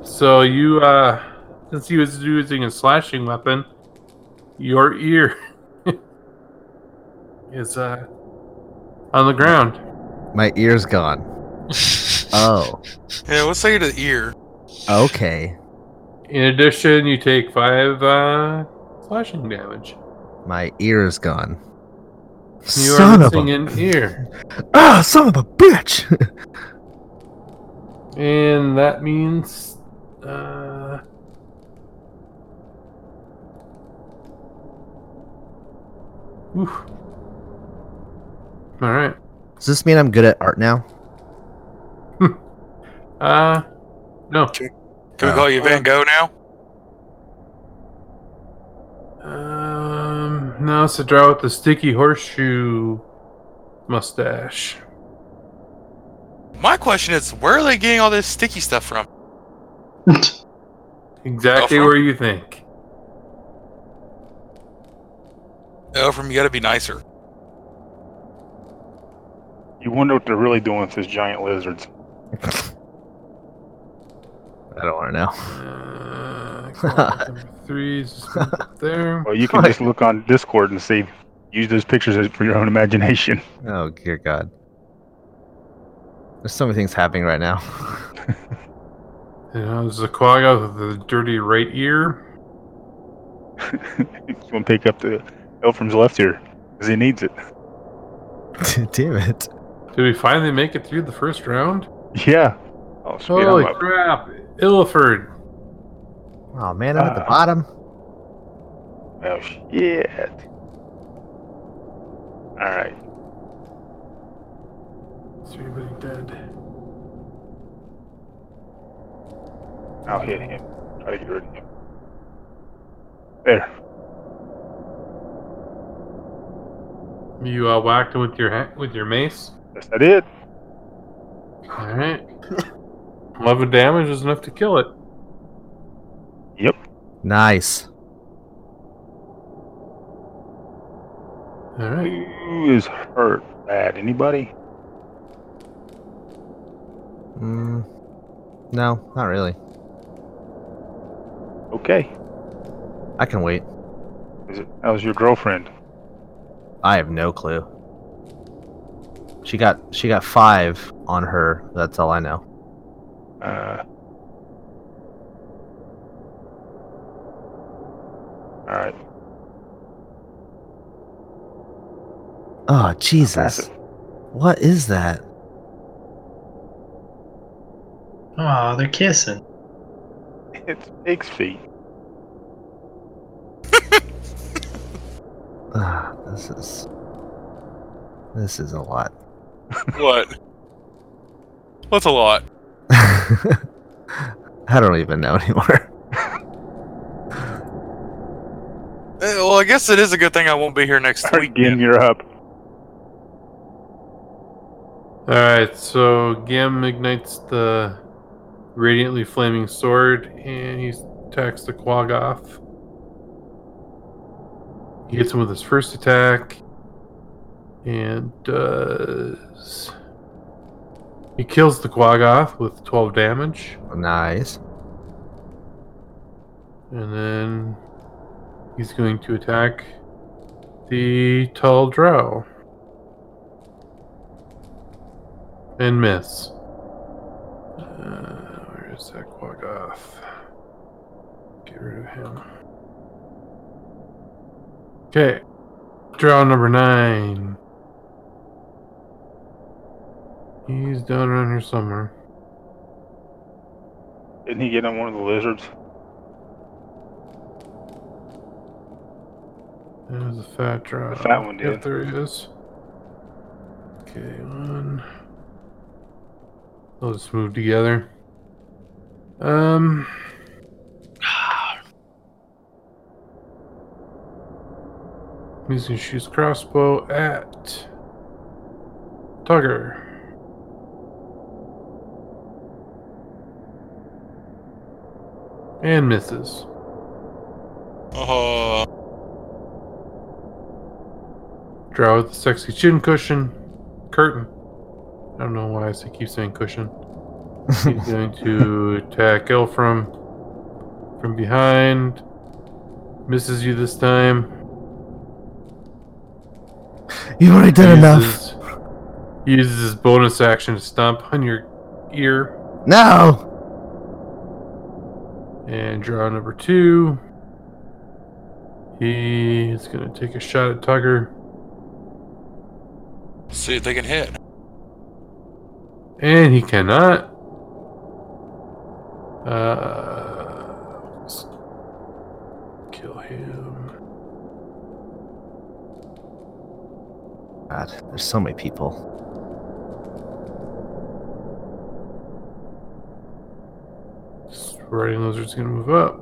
[SPEAKER 3] so you, uh, since he was using a slashing weapon, your ear is uh, on the ground.
[SPEAKER 6] My ear's gone. Oh.
[SPEAKER 4] Yeah, let's say to the ear.
[SPEAKER 6] Okay.
[SPEAKER 3] In addition, you take five uh, slashing damage.
[SPEAKER 6] My ear's gone.
[SPEAKER 3] You are
[SPEAKER 6] son of
[SPEAKER 3] missing
[SPEAKER 6] a.
[SPEAKER 3] an ear.
[SPEAKER 6] Ah, son of a bitch.
[SPEAKER 3] And that means uh, Oof. All right.
[SPEAKER 6] Does this mean I'm good at art now?
[SPEAKER 3] Uh, no.
[SPEAKER 4] Can
[SPEAKER 3] Oh.
[SPEAKER 6] Uh,
[SPEAKER 4] we call you Van Gogh now?
[SPEAKER 3] Um, no, it's a draw with the sticky horseshoe mustache.
[SPEAKER 4] My question is, where are they getting all this sticky stuff from?
[SPEAKER 3] Exactly
[SPEAKER 4] Alpha?
[SPEAKER 3] where you think.
[SPEAKER 4] Oh, from you gotta be nicer.
[SPEAKER 5] You wonder what they're really doing with those giant lizards.
[SPEAKER 6] I don't want to
[SPEAKER 3] Uh,
[SPEAKER 6] know.
[SPEAKER 3] call number three is just up there.
[SPEAKER 5] Well, you can just look on Discord and see. Use those pictures as- for your own imagination.
[SPEAKER 6] Oh dear God. There's so many things happening right now.
[SPEAKER 3] You know, there's uh, a quagga with the dirty right ear.
[SPEAKER 5] you want to pick up the Elfram's left ear because he needs it.
[SPEAKER 6] Damn it.
[SPEAKER 3] Did we finally make it through the first round?
[SPEAKER 5] Yeah. Oh, speed him
[SPEAKER 3] Holy
[SPEAKER 5] up.
[SPEAKER 3] crap! Illiford.
[SPEAKER 6] Oh man, I'm at the
[SPEAKER 5] Ah.
[SPEAKER 6] bottom.
[SPEAKER 5] Oh shit. All right.
[SPEAKER 3] Is anybody dead?
[SPEAKER 5] I'll hit him. Try to get rid of him. There.
[SPEAKER 3] You uh, whacked him with your ha- with your mace.
[SPEAKER 5] Yes, I did.
[SPEAKER 3] All right. Eleven damage is enough to kill it.
[SPEAKER 5] Yep.
[SPEAKER 6] Nice.
[SPEAKER 3] All right.
[SPEAKER 5] Who is hurt bad? Anybody?
[SPEAKER 6] Mm, no, not really.
[SPEAKER 5] Okay.
[SPEAKER 6] I can wait.
[SPEAKER 5] Is it, how's your girlfriend?
[SPEAKER 6] I have no clue. She got she got five on her. That's all I know.
[SPEAKER 5] Uh. All right.
[SPEAKER 6] Oh
[SPEAKER 5] Pass
[SPEAKER 6] Jesus!
[SPEAKER 5] it.
[SPEAKER 6] What is that?
[SPEAKER 2] Oh, they're kissing.
[SPEAKER 5] It's pig's feet.
[SPEAKER 6] Ah, this is this is a lot.
[SPEAKER 4] What? What's a lot?
[SPEAKER 6] I don't even know anymore.
[SPEAKER 4] Eh, Well, I guess it is a good thing I won't be here next week.
[SPEAKER 5] Again, you're up.
[SPEAKER 3] All right. So Gim ignites the radiantly flaming sword, and he attacks the quag off. He hits him with his first attack, and does. He kills the Quagoth with 12 damage.
[SPEAKER 6] Nice.
[SPEAKER 3] And then he's going to attack the tall drow. And miss. Uh, where is that quag off? Get rid of him. Okay. Drow number nine. He's down around here somewhere.
[SPEAKER 5] Didn't he get on one of the lizards?
[SPEAKER 3] There's a fat drop.
[SPEAKER 5] The fat one
[SPEAKER 3] Yep,
[SPEAKER 5] did.
[SPEAKER 3] there he is. Okay, one. They'll just move together. Um. He's gonna shoot his crossbow at Tugger. And misses.
[SPEAKER 4] Oh,
[SPEAKER 3] Draw with the sexy chin cushion. Curtain. I don't know why I say- keep saying cushion. He's going to attack Elfram from behind. Misses you this time.
[SPEAKER 6] You've already done enough.
[SPEAKER 3] Uses- He uses his bonus action to stomp on your ear.
[SPEAKER 6] No.
[SPEAKER 3] And draw number two. He is going to take a shot at Tugger.
[SPEAKER 4] see if they can hit.
[SPEAKER 3] And he cannot. Uh, let's kill him.
[SPEAKER 6] God, there's so many people.
[SPEAKER 3] Riding lizard's gonna move up.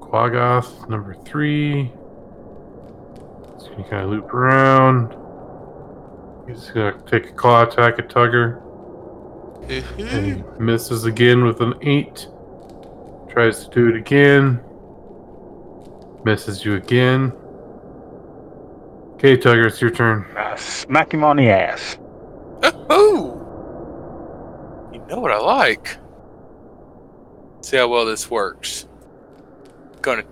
[SPEAKER 3] Quagoth number three. He's gonna kind of loop around. He's gonna take a claw attack at Tugger. And he misses again with an eight. Tries to do it again. Misses you again. Okay, Tugger, it's your turn.
[SPEAKER 5] Uh, smack him on the ass.
[SPEAKER 4] Oh! You know what I like. See how well this works. Gonna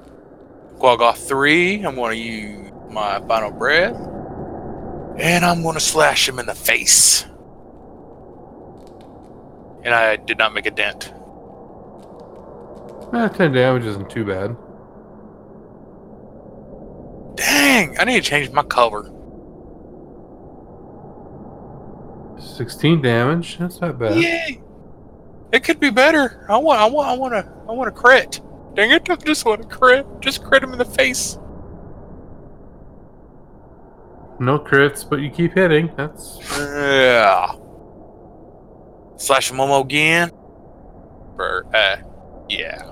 [SPEAKER 4] quag off three. I'm gonna use my final breath. And I'm gonna slash him in the face. And I did not make a dent.
[SPEAKER 3] Eh, 10 damage isn't too bad.
[SPEAKER 4] Dang! I need to change my color.
[SPEAKER 3] 16 damage. That's not bad.
[SPEAKER 4] Yay! It could be better. I want. I want. I want to. I want to crit. Dang it! I just want to crit. Just crit him in the face.
[SPEAKER 3] No crits, but you keep hitting. That's
[SPEAKER 4] Yeah. Slash Momo again. For uh, yeah.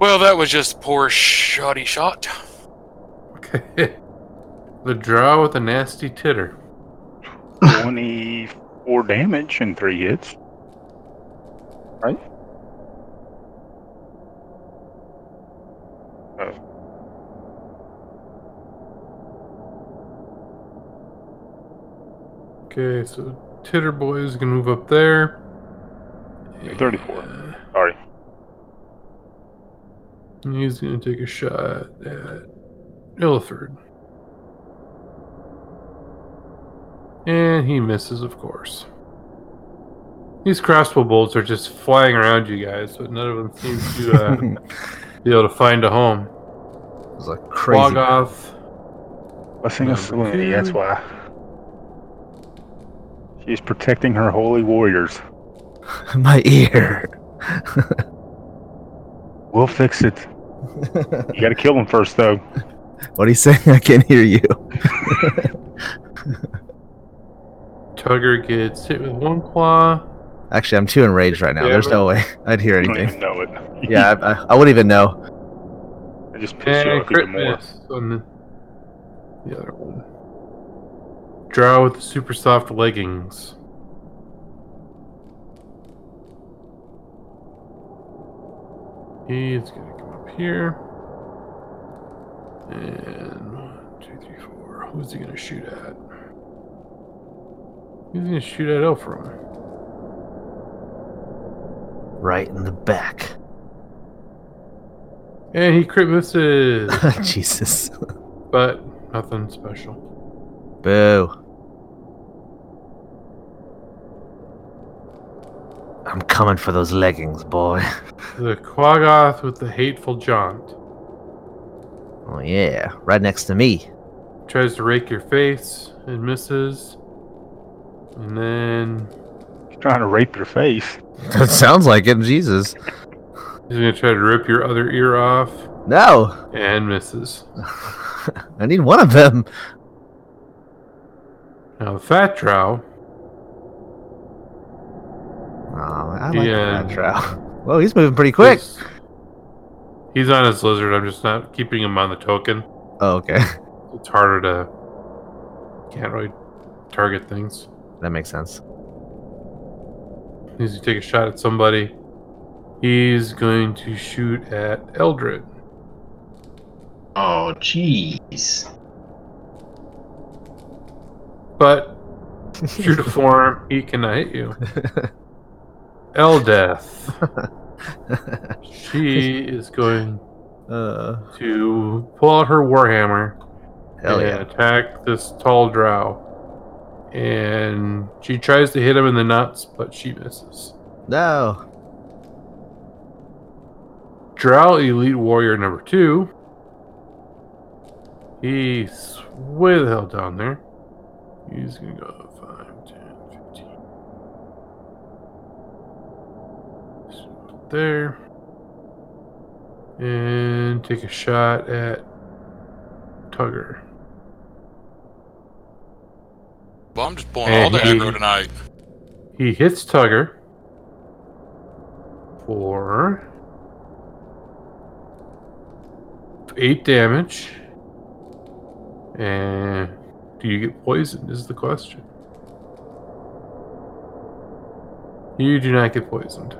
[SPEAKER 4] Well, that was just poor shoddy shot.
[SPEAKER 3] okay. The draw with a nasty titter.
[SPEAKER 5] 24 damage in three hits. Right? Uh,
[SPEAKER 3] Okay, so Titter Boy is gonna move up there.
[SPEAKER 5] 34.
[SPEAKER 3] Uh,
[SPEAKER 5] Sorry.
[SPEAKER 3] and he's gonna take a shot at Illiford. And he misses, of course. These crossbow bolts are just flying around you guys, but none of them seems to uh,
[SPEAKER 6] it
[SPEAKER 3] be able to find a home.
[SPEAKER 6] was a
[SPEAKER 3] Crazy.
[SPEAKER 6] crazy.
[SPEAKER 5] Blessing of
[SPEAKER 3] Number
[SPEAKER 5] Selene,
[SPEAKER 3] two.
[SPEAKER 5] that's why. She's protecting her holy warriors.
[SPEAKER 6] My ear.
[SPEAKER 5] We'll fix it. You gotta kill them first, though.
[SPEAKER 6] what are you saying? I can't hear you.
[SPEAKER 3] Tugger gets hit with one claw.
[SPEAKER 6] Actually, I'm too enraged right now.
[SPEAKER 3] Yeah,
[SPEAKER 6] There's
[SPEAKER 3] but-
[SPEAKER 6] no way I'd hear
[SPEAKER 5] You don't
[SPEAKER 6] anything.
[SPEAKER 5] even know it.
[SPEAKER 6] Yeah, I, I, I wouldn't even know.
[SPEAKER 5] I just pissed you
[SPEAKER 3] And
[SPEAKER 5] off even
[SPEAKER 3] crit
[SPEAKER 5] more.
[SPEAKER 3] miss Eh, on the, the other one. Draw with the super soft leggings. He's gonna come up here. And one, two, three, four. Who's he gonna shoot at? He's gonna shoot at Elfram.
[SPEAKER 6] Right in the back.
[SPEAKER 3] And he crit misses,
[SPEAKER 6] Jesus.
[SPEAKER 3] but nothing special.
[SPEAKER 6] Boo. I'm coming for those leggings, boy.
[SPEAKER 3] The Quagoth with the hateful jaunt
[SPEAKER 6] Oh yeah, right next to me.
[SPEAKER 3] tries to rake your face and misses, and then
[SPEAKER 5] She's trying to rape your face.
[SPEAKER 6] That sounds like it. Jesus.
[SPEAKER 3] he's gonna try to rip your other ear off
[SPEAKER 6] No.
[SPEAKER 3] and misses.
[SPEAKER 6] I need one of them.
[SPEAKER 3] Now the fat drow,
[SPEAKER 6] Oh, I like
[SPEAKER 3] Yeah.
[SPEAKER 6] that trow. Whoa, he's moving pretty quick.
[SPEAKER 3] is- he's on his lizard. I'm just not keeping him on the token.
[SPEAKER 6] Oh, okay.
[SPEAKER 3] It's harder to can't really target things.
[SPEAKER 6] That makes sense.
[SPEAKER 3] He's gonna take a shot at somebody. He's going to shoot at Eldred.
[SPEAKER 2] Oh, jeez.
[SPEAKER 3] but true to form, he cannot hit you. Eldeth. She is going
[SPEAKER 6] Uh,
[SPEAKER 3] to pull out her warhammer
[SPEAKER 6] hell
[SPEAKER 3] and
[SPEAKER 6] yeah.
[SPEAKER 3] attack this tall drow. And she tries to hit him in the nuts, but she misses.
[SPEAKER 6] No.
[SPEAKER 3] Drow Elite Warrior number two. He's way the hell down there. He's gonna go 5, 10, 15. So, There. And take a shot at Tugger.
[SPEAKER 4] Well, I'm just blowing
[SPEAKER 3] Hey,
[SPEAKER 4] all the
[SPEAKER 3] he-
[SPEAKER 4] aggro tonight.
[SPEAKER 3] He hits Tugger for eight damage. And do you get poisoned? Is the question. You do not get poisoned.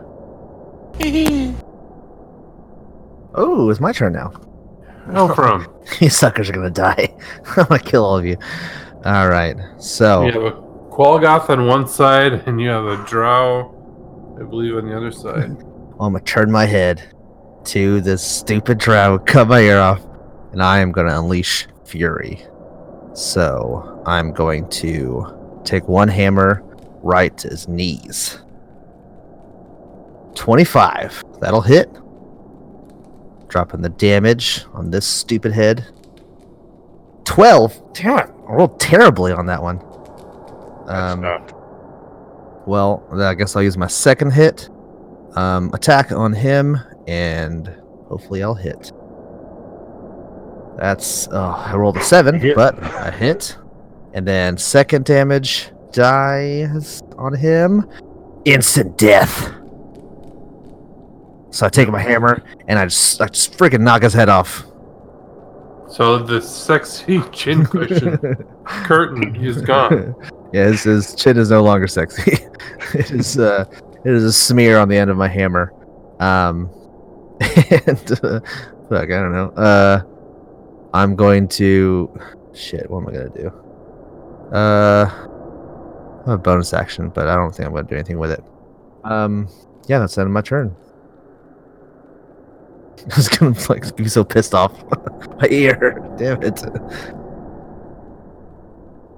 [SPEAKER 6] Oh, it's my turn now.
[SPEAKER 3] How from?
[SPEAKER 6] you suckers are gonna die. I'm gonna kill all of you. All right. So
[SPEAKER 3] You have a Qualgoth on one side, and you have a Drow, I believe, on the other side.
[SPEAKER 6] I'm gonna turn my head to this stupid drow, cut my ear off, and I am gonna unleash fury. So I'm going to take one hammer right to his knees. 25. That'll hit. Dropping the damage on this stupid head. 12. Damn it. I rolled terribly on that one. Um,
[SPEAKER 5] That's uh, not-
[SPEAKER 6] well, then I guess I'll use my second hit. Um, attack on him, and hopefully I'll hit. That's oh, I rolled a seven,
[SPEAKER 5] Hit.
[SPEAKER 6] but a hit. And then second damage dies on him. Instant death. So I take my hammer and I just I just freaking knock his head off.
[SPEAKER 3] So the sexy chin cushion curtain is gone.
[SPEAKER 6] yeah, his, his chin is no longer sexy. it is uh, it is a smear on the end of my hammer. Um, and uh, fuck, I don't know. Uh, I'm going to shit. What am I gonna do? Uh, I have a bonus action, but I don't think I'm gonna do anything with it. Um, yeah, that's the end of my turn. I was gonna like be so pissed off. my ear, damn it.
[SPEAKER 3] All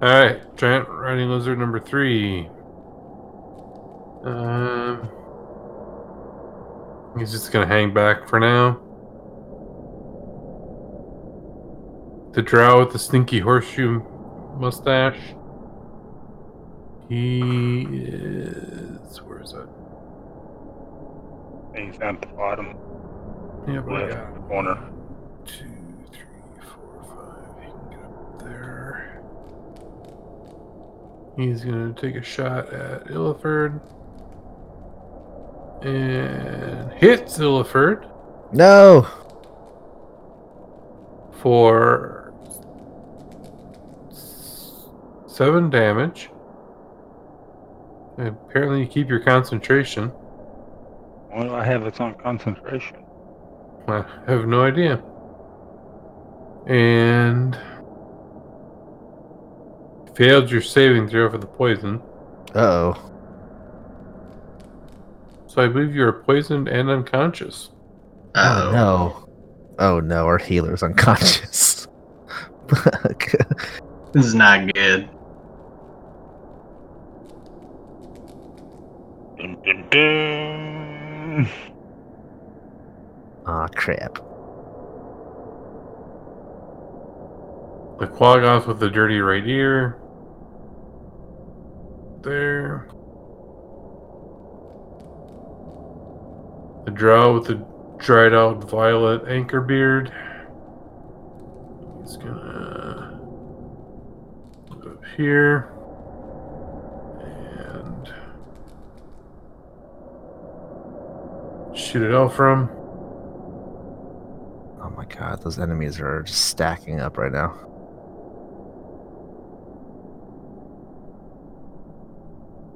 [SPEAKER 3] right, giant riding lizard number three. Um, he's just gonna hang back for now. The drow with the stinky horseshoe mustache. He is. Where is that?
[SPEAKER 5] He's at the bottom
[SPEAKER 3] Oh, Yeah, but I got
[SPEAKER 5] left corner.
[SPEAKER 3] two, three, four, five. He can get up there. He's gonna take a shot at Illiford. And hits Illiford
[SPEAKER 6] No.
[SPEAKER 3] for s- seven damage. And apparently you keep your concentration.
[SPEAKER 5] Why do I have it on concentration?
[SPEAKER 3] I have no idea. And failed your saving throw for the poison.
[SPEAKER 6] Uh oh.
[SPEAKER 3] So I believe you are poisoned and unconscious.
[SPEAKER 6] Oh
[SPEAKER 2] Oh,
[SPEAKER 6] no. Oh no, our healer's unconscious. Fuck.
[SPEAKER 2] this is not good.
[SPEAKER 5] Dun, dun, dun.
[SPEAKER 6] Aw, crap.
[SPEAKER 3] The quag off with the dirty right ear. There. The drow with the dried out violet anchor beard. He's gonna look up here. And shoot it out from.
[SPEAKER 6] Oh my god, those enemies are just stacking up right now.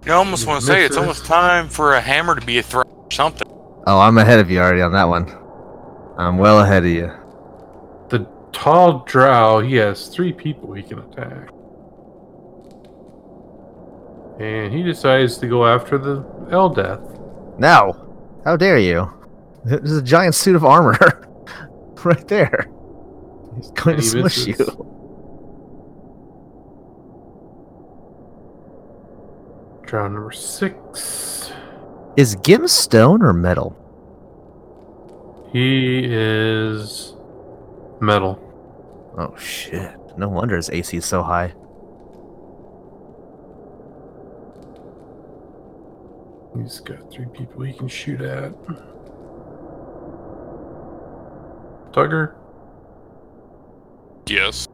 [SPEAKER 4] You know, I almost want to say it's
[SPEAKER 3] Mixer.
[SPEAKER 4] almost time for a hammer to be a threat or something.
[SPEAKER 6] Oh, I'm ahead of you already on that one. I'm well ahead of you.
[SPEAKER 3] The tall drow, he has three people he can attack. And he decides to go after the Eldeath.
[SPEAKER 6] No! How dare you? There's a giant suit of armor right there. He's going to
[SPEAKER 3] He
[SPEAKER 6] smush
[SPEAKER 3] misses.
[SPEAKER 6] you.
[SPEAKER 3] Drow number six.
[SPEAKER 6] Is Gim stone or metal?
[SPEAKER 3] He is metal.
[SPEAKER 6] Oh shit. No wonder his AC is so high.
[SPEAKER 3] He's got three people he can shoot at. Tugger?
[SPEAKER 4] Yes.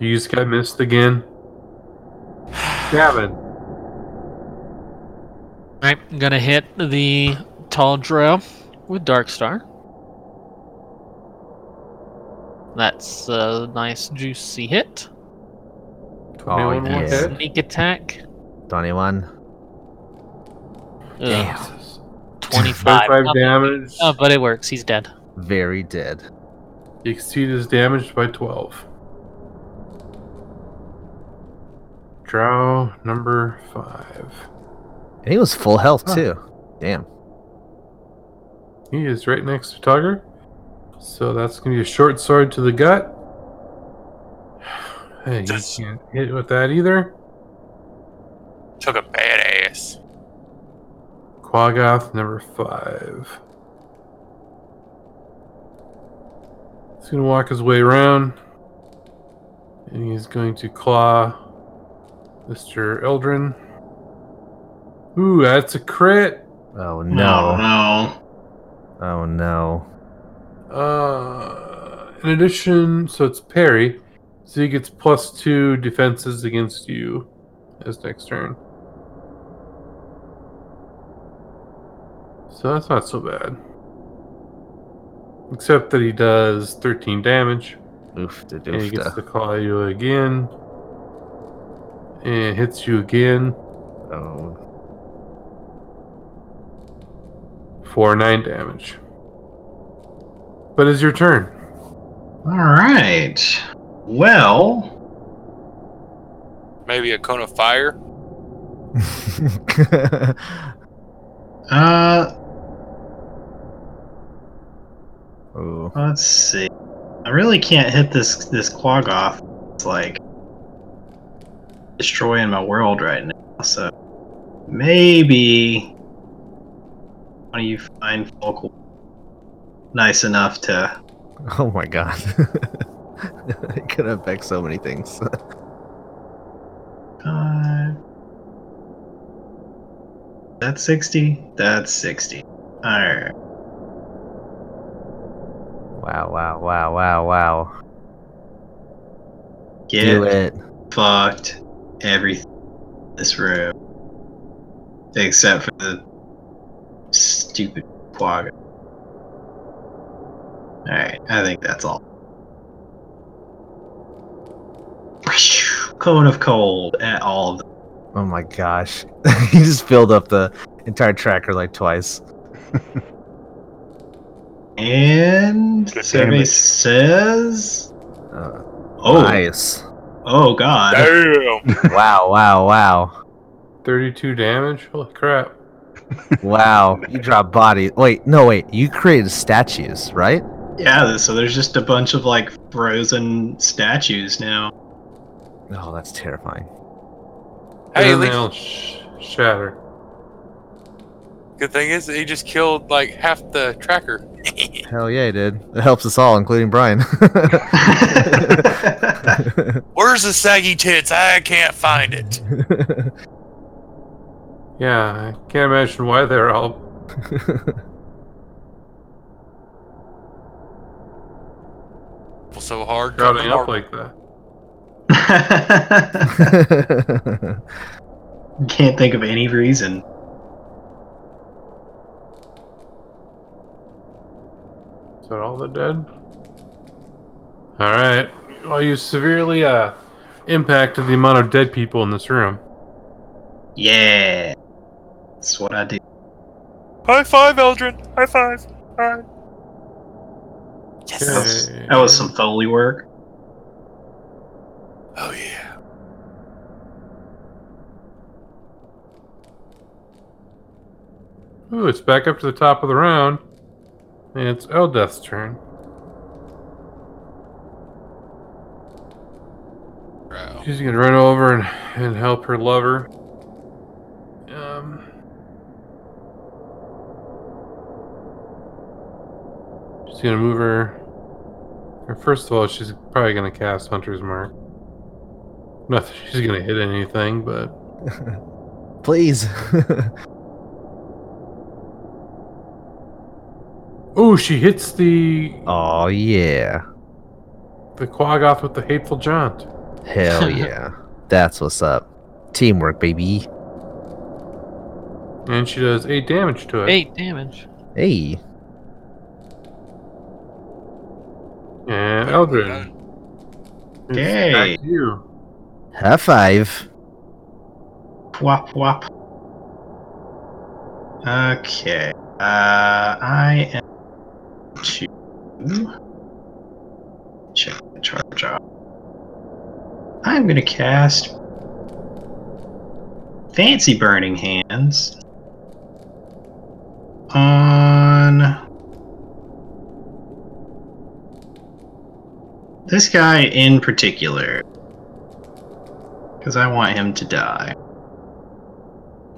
[SPEAKER 3] You just got missed again. Gavin.
[SPEAKER 1] Alright, I'm gonna hit the tall drill with Dark Star. That's a nice juicy hit.
[SPEAKER 6] Oh,
[SPEAKER 3] 21 will
[SPEAKER 6] yes.
[SPEAKER 3] hit.
[SPEAKER 1] Sneak attack.
[SPEAKER 6] 21.
[SPEAKER 1] Ugh,
[SPEAKER 3] Jesus.
[SPEAKER 1] 25.
[SPEAKER 3] 25
[SPEAKER 1] Nothing.
[SPEAKER 3] damage.
[SPEAKER 1] Oh, but it works. He's dead.
[SPEAKER 6] Very dead.
[SPEAKER 3] You exceed his damage by 12. Drow number 5.
[SPEAKER 6] And he was full health
[SPEAKER 3] Huh.
[SPEAKER 6] too. Damn.
[SPEAKER 3] He is right next to Tugger. So that's going to be a short sword to the gut. Hey, you
[SPEAKER 4] That's-
[SPEAKER 3] can't hit with that either.
[SPEAKER 4] Took a badass.
[SPEAKER 3] Quagoth number 5. He's going to walk his way around. And he's going to claw Mr. Eldrin. Ooh, that's a crit.
[SPEAKER 6] Oh
[SPEAKER 2] No,
[SPEAKER 6] no.
[SPEAKER 2] no.
[SPEAKER 6] Oh no.
[SPEAKER 3] Uh, in addition, so it's parry, so he gets plus two defenses against you his next turn. So that's not so bad. Except that he does 13 damage,
[SPEAKER 6] Oof da
[SPEAKER 3] and he
[SPEAKER 6] doof
[SPEAKER 3] gets
[SPEAKER 6] da.
[SPEAKER 3] to claw you again, and hits you again
[SPEAKER 6] Oh.
[SPEAKER 3] for 9 damage. But it's your turn.
[SPEAKER 2] All right. Well,
[SPEAKER 4] Maybe a cone of fire.
[SPEAKER 2] uh,
[SPEAKER 6] oh.
[SPEAKER 2] let's see. I really can't hit this this quag off. It's like destroying my world right now. So maybe one of you find focal nice enough to
[SPEAKER 6] Oh my god. it could affect so many things.
[SPEAKER 2] Uh, that's 60. That's 60. Alright.
[SPEAKER 6] Wow, wow, wow, wow, wow.
[SPEAKER 2] Get
[SPEAKER 6] Do it.
[SPEAKER 2] fucked. Everything in this room. Except for the stupid quagga. Alright, I think that's all. Cone of cold at all of them.
[SPEAKER 6] Oh my gosh. you just filled up the entire tracker like twice.
[SPEAKER 2] And
[SPEAKER 5] Good
[SPEAKER 2] survey
[SPEAKER 5] damage.
[SPEAKER 2] says
[SPEAKER 6] Uh,
[SPEAKER 2] Oh
[SPEAKER 6] Nice.
[SPEAKER 2] oh god.
[SPEAKER 4] Damn.
[SPEAKER 6] wow, wow, wow.
[SPEAKER 3] 32 damage? Holy crap.
[SPEAKER 6] Wow. You drop bodies. Wait, no, wait. You created statues, right?
[SPEAKER 2] Yeah, th- so there's just a bunch of like frozen statues now.
[SPEAKER 6] Oh, that's terrifying.
[SPEAKER 4] Hey,
[SPEAKER 3] Hey,
[SPEAKER 4] at least-
[SPEAKER 3] nail sh- shatter.
[SPEAKER 4] Good thing is he just killed like half the tracker.
[SPEAKER 6] Hell yeah, you did. It helps us all, including Brian.
[SPEAKER 4] Where's the saggy tits? I can't find it.
[SPEAKER 3] Yeah, I can't imagine why they're all.
[SPEAKER 4] So hard.
[SPEAKER 3] Crowding up like that.
[SPEAKER 2] Can't think of any reason.
[SPEAKER 3] Is that all the dead? Alright. Well, you severely uh, impacted the amount of dead people in this room.
[SPEAKER 2] Yeah. That's what I do.
[SPEAKER 4] High five, Eldrin. High five.
[SPEAKER 2] That was, that was some Foley work.
[SPEAKER 4] Oh yeah.
[SPEAKER 3] Ooh, it's back up to the top of the round. And it's Eldeth's turn.
[SPEAKER 4] Wow.
[SPEAKER 3] She's gonna run over and, and help her lover. Um, she's gonna move her. or First of all, she's probably gonna cast Hunter's Mark. Not that she's gonna hit anything, but
[SPEAKER 6] Please.
[SPEAKER 3] Ooh, she hits the
[SPEAKER 6] Oh yeah.
[SPEAKER 3] the Quaggoth with the hateful jaunt.
[SPEAKER 6] Hell yeah. That's what's up. Teamwork, baby.
[SPEAKER 3] And she does eight damage to it.
[SPEAKER 1] Eight damage.
[SPEAKER 6] Hey.
[SPEAKER 3] And Eldrin. it's
[SPEAKER 2] Okay.
[SPEAKER 3] back to You.
[SPEAKER 6] High five.
[SPEAKER 2] Wop wop. Okay. Uh, I am to check the charge off. I'm gonna cast fancy burning hands on this guy in particular because I want him to die.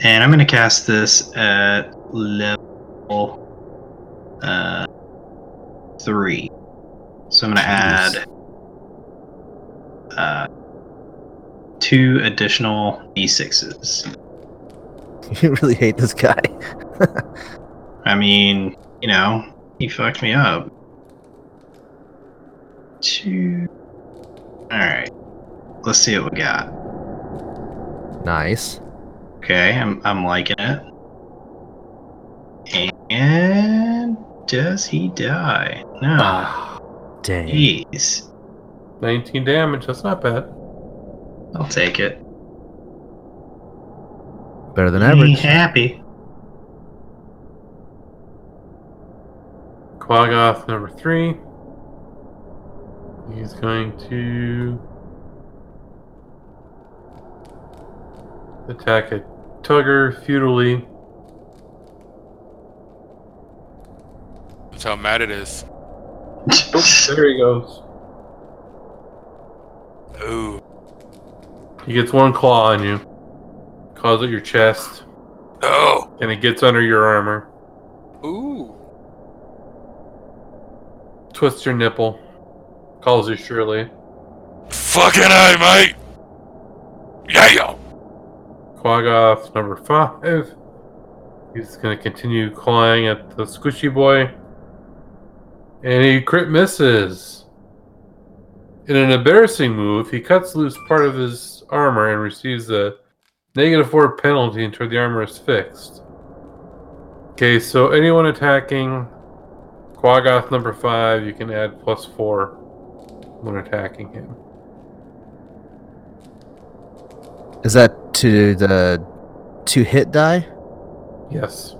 [SPEAKER 2] And I'm gonna cast this at level uh three. So I'm gonna add uh two additional D6s.
[SPEAKER 6] You really hate this guy.
[SPEAKER 2] I mean, you know, he fucked me up. Two Alright. Let's see what we got.
[SPEAKER 6] Nice.
[SPEAKER 2] Okay, I'm I'm liking it. And does he die? No.
[SPEAKER 6] Ah, Dang.
[SPEAKER 2] Jeez.
[SPEAKER 3] Nineteen damage. That's not bad.
[SPEAKER 2] I'll take it.
[SPEAKER 6] Better than
[SPEAKER 2] Be
[SPEAKER 6] average.
[SPEAKER 2] happy.
[SPEAKER 3] Quaggoth number three. He's going to attack a tugger futilely.
[SPEAKER 4] That's how mad it is.
[SPEAKER 3] There he goes.
[SPEAKER 4] Ooh.
[SPEAKER 3] He gets one claw on you, claws at your chest,
[SPEAKER 4] Oh.
[SPEAKER 3] and it gets under your armor,
[SPEAKER 4] Ooh.
[SPEAKER 3] twists your nipple, calls you Shirley.
[SPEAKER 4] Fucking A, mate. Yeah.
[SPEAKER 3] Quaggoth number five. He's going to continue clawing at the squishy boy. And he crit misses. In an embarrassing move, he cuts loose part of his armor and receives a negative four penalty until the armor is fixed. Okay, so anyone attacking Quaggoth number five, you can add plus four when attacking him.
[SPEAKER 6] Is that to the two hit die?
[SPEAKER 3] Yes.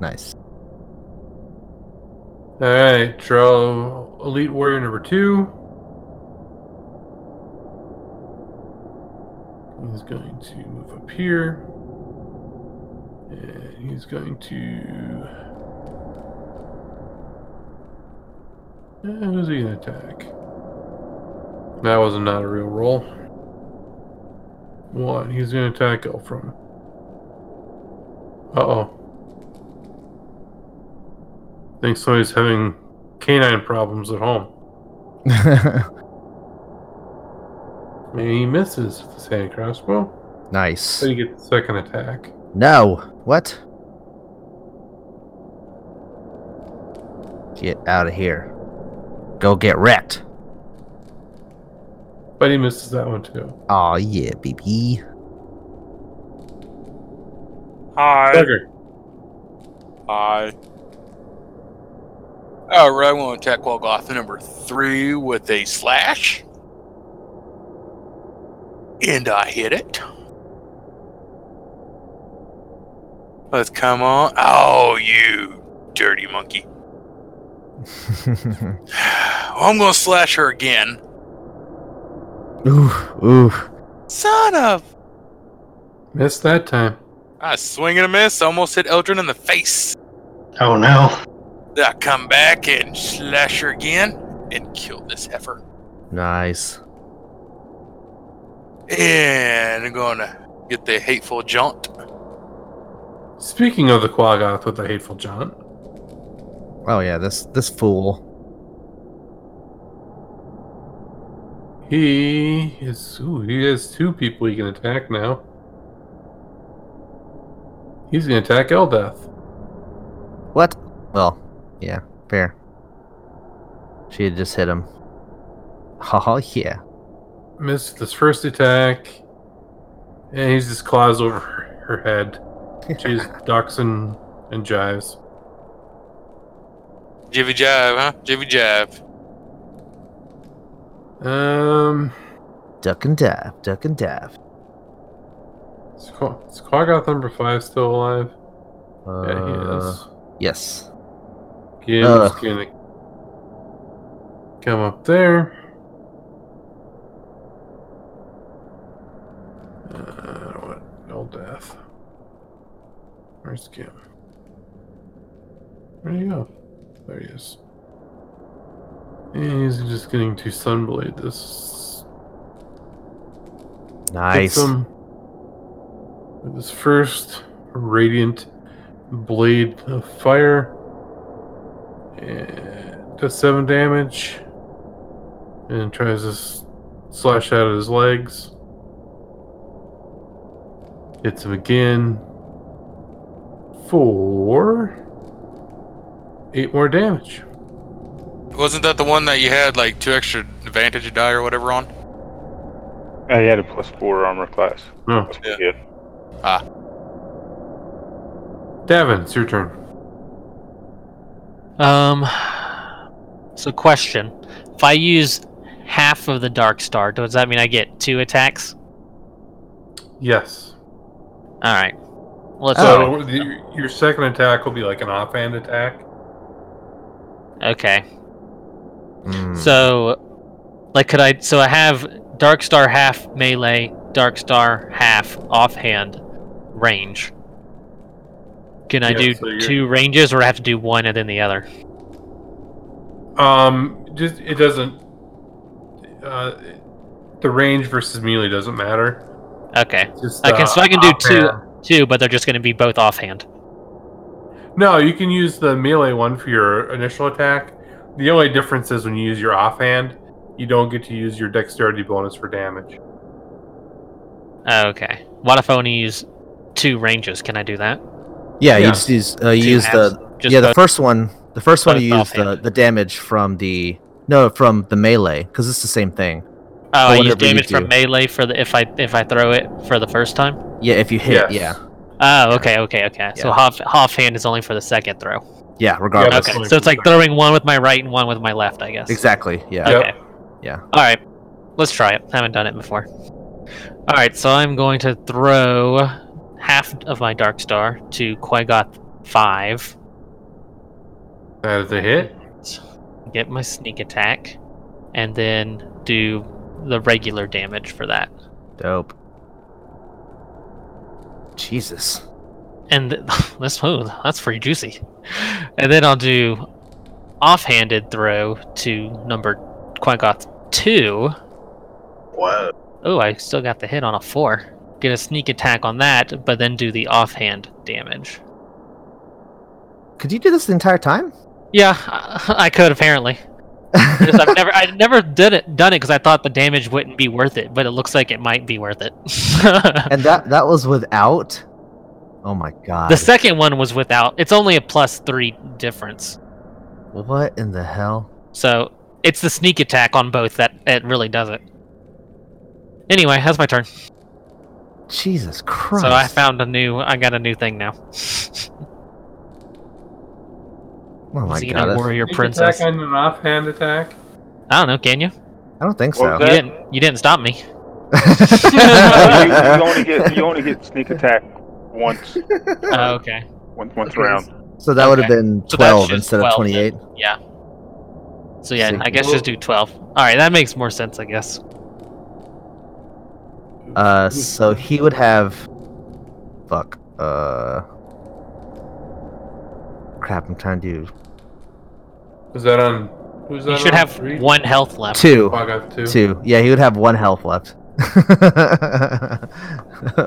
[SPEAKER 6] Nice.
[SPEAKER 3] All right, Trell, Elite Warrior number two. He's going to move up here. And he's going to. Eh, who's he going to attack? That was not a real roll. One, he's going to attack Elfram. Uh oh. Think somebody's having canine problems at home. And he misses with his hand crossbow.
[SPEAKER 6] nice.
[SPEAKER 3] So you get the second attack.
[SPEAKER 6] No. What? Get out of here. Go get wrecked.
[SPEAKER 3] But he misses that one too.
[SPEAKER 6] Aw, yeah, baby.
[SPEAKER 4] Hi.
[SPEAKER 3] Tugger.
[SPEAKER 4] Hi. All right, I'm going to attack Golgotha number three with a slash, and I hit it. Let's come on! Oh, you dirty monkey! Well, I'm going to slash her again.
[SPEAKER 6] ooh, ooh.
[SPEAKER 4] Son of!
[SPEAKER 3] Missed that time.
[SPEAKER 4] I Ah, swing and a miss. Almost hit Eldrin in the face.
[SPEAKER 2] Oh no.
[SPEAKER 4] Then I come back and slash her again and kill this heifer.
[SPEAKER 6] Nice.
[SPEAKER 4] And I'm gonna get the hateful jaunt.
[SPEAKER 3] Speaking of the Quaggoth with the hateful jaunt,
[SPEAKER 6] Oh yeah, this this fool.
[SPEAKER 3] he is. Ooh, he has two people he can attack now. He's gonna attack Eldath.
[SPEAKER 6] What? Well, yeah, fair. She had just hit him. Oh yeah.
[SPEAKER 3] Missed this first attack, and he just claws over her her head. She's ducks and, and jives.
[SPEAKER 4] Jivy jive, huh? Jivy jive.
[SPEAKER 3] Um,
[SPEAKER 6] duck and dive, duck and dive.
[SPEAKER 3] is Qua- is Quaggoth number five still alive?
[SPEAKER 6] Uh,
[SPEAKER 3] Yeah, he is.
[SPEAKER 6] Yes.
[SPEAKER 3] Kim's gonna come up there. Uh, I don't want old death. Where's Kim? Where'd he go? There he is. And he's just getting to sunblade this.
[SPEAKER 6] Nice.
[SPEAKER 3] Hits him with his first radiant blade of fire. And does seven damage. And tries to s- slash out at his legs. Hits him again. Four. Eight more damage.
[SPEAKER 4] Wasn't that the one that you had like two extra advantage die or whatever on?
[SPEAKER 5] I Oh, had a plus four armor class.
[SPEAKER 3] No.
[SPEAKER 5] That's what he had.
[SPEAKER 3] Davin, it's your turn.
[SPEAKER 1] Um. So, question: If I use half of the Dark Star, does that mean I get two attacks?
[SPEAKER 3] Yes.
[SPEAKER 1] All right. Let's.
[SPEAKER 3] So
[SPEAKER 6] Oh.
[SPEAKER 3] the, your second attack will be like an offhand attack.
[SPEAKER 1] Okay.
[SPEAKER 3] Hmm.
[SPEAKER 6] Mm,
[SPEAKER 1] So, like, could I? So I have Dark Star half melee, Dark Star half offhand range. Can I
[SPEAKER 3] Yeah,
[SPEAKER 1] do
[SPEAKER 3] so you're-
[SPEAKER 1] two ranges, or I have to do one and then the other?
[SPEAKER 3] Um, just it doesn't. Uh, the range versus melee doesn't matter.
[SPEAKER 1] Okay.
[SPEAKER 3] It's Just,
[SPEAKER 1] I can
[SPEAKER 3] uh,
[SPEAKER 1] so I can do two,
[SPEAKER 3] offhand.
[SPEAKER 1] two, but they're just going to be both offhand.
[SPEAKER 3] No, you can use the melee one for your initial attack. The only difference is when you use your offhand, you don't get to use your dexterity bonus for damage.
[SPEAKER 1] Okay. What if I only use two ranges? Can I do that?
[SPEAKER 6] yeah,
[SPEAKER 3] yeah.
[SPEAKER 6] you just use uh, you
[SPEAKER 1] Two
[SPEAKER 6] use
[SPEAKER 1] halves?
[SPEAKER 6] the
[SPEAKER 1] Just
[SPEAKER 6] yeah the
[SPEAKER 1] both?
[SPEAKER 6] first one the first one
[SPEAKER 1] both
[SPEAKER 6] you use the,
[SPEAKER 1] offhand.
[SPEAKER 6] the damage from the no from the melee because it's the same thing.
[SPEAKER 1] Oh, I use
[SPEAKER 6] whatever you
[SPEAKER 1] damage
[SPEAKER 6] do.
[SPEAKER 1] from melee for the if I if I throw it for the first time.
[SPEAKER 6] Yeah, if you hit,
[SPEAKER 3] Yes.
[SPEAKER 6] yeah,
[SPEAKER 1] Oh, okay, okay, okay. So
[SPEAKER 6] Yeah.
[SPEAKER 1] half half hand is only for the second throw.
[SPEAKER 6] yeah,
[SPEAKER 3] Yeah,
[SPEAKER 6] regardless.
[SPEAKER 1] Okay,
[SPEAKER 3] only
[SPEAKER 1] so
[SPEAKER 3] for
[SPEAKER 1] it's
[SPEAKER 3] the
[SPEAKER 1] like throwing one with my right and one with my left, I guess.
[SPEAKER 6] Exactly. Yeah.
[SPEAKER 3] Yep.
[SPEAKER 1] Okay.
[SPEAKER 6] Yeah.
[SPEAKER 1] All right, let's try it. haven't done it before. All right, so I'm going to throw half of my dark star to Quagoth five.
[SPEAKER 3] That is a hit.
[SPEAKER 1] Get my sneak attack, and then do the regular damage for that.
[SPEAKER 6] Dope. Jesus.
[SPEAKER 1] and th- that's oh, that's pretty juicy. And then I'll do offhanded throw to number Quagoth two.
[SPEAKER 2] Whoa.
[SPEAKER 1] Oh, I still got the hit on a four. Get a sneak attack on that, but then do the offhand damage.
[SPEAKER 6] Could you do this the entire time?
[SPEAKER 1] Yeah, I, I could apparently. Because I've never, I never did it, done it because I thought the damage wouldn't be worth it, but it looks like it might be worth it.
[SPEAKER 6] and that that was without. Oh my god.
[SPEAKER 1] the second one was without. It's only a plus three difference.
[SPEAKER 6] what in the hell?
[SPEAKER 1] So it's the sneak attack on both that it really does it. Anyway, that's my turn.
[SPEAKER 6] Jesus Christ.
[SPEAKER 1] So I found a new. I got a new thing now.
[SPEAKER 6] Oh my
[SPEAKER 1] Xena
[SPEAKER 6] god. that's-
[SPEAKER 1] warrior
[SPEAKER 3] Sneak
[SPEAKER 1] princess.
[SPEAKER 3] Attack and an offhand attack.
[SPEAKER 1] I don't know. Can you?
[SPEAKER 6] I don't think
[SPEAKER 5] What
[SPEAKER 6] so.
[SPEAKER 5] was
[SPEAKER 1] You
[SPEAKER 5] That-
[SPEAKER 1] didn't. You didn't stop me.
[SPEAKER 5] you, you only get you only get sneak attack once
[SPEAKER 1] Oh, okay.
[SPEAKER 5] once once round.
[SPEAKER 6] so that would have
[SPEAKER 1] Okay.
[SPEAKER 6] been
[SPEAKER 1] So that's
[SPEAKER 6] 12
[SPEAKER 1] just
[SPEAKER 6] instead
[SPEAKER 1] 12
[SPEAKER 6] of
[SPEAKER 1] then.
[SPEAKER 6] 28.
[SPEAKER 1] Yeah. So yeah,
[SPEAKER 6] Sick.
[SPEAKER 1] I guess just do twelve. All right, that makes more sense. I guess.
[SPEAKER 3] Hmm.
[SPEAKER 6] Uh, so he would have. Fuck. Uh. Crap, I'm trying to do
[SPEAKER 3] Is that on? Who's that?
[SPEAKER 1] You should
[SPEAKER 3] on?
[SPEAKER 1] have
[SPEAKER 3] Three?
[SPEAKER 1] one health left.
[SPEAKER 6] two.
[SPEAKER 3] Quaggoth two.
[SPEAKER 6] Two. Yeah, he would have one health left.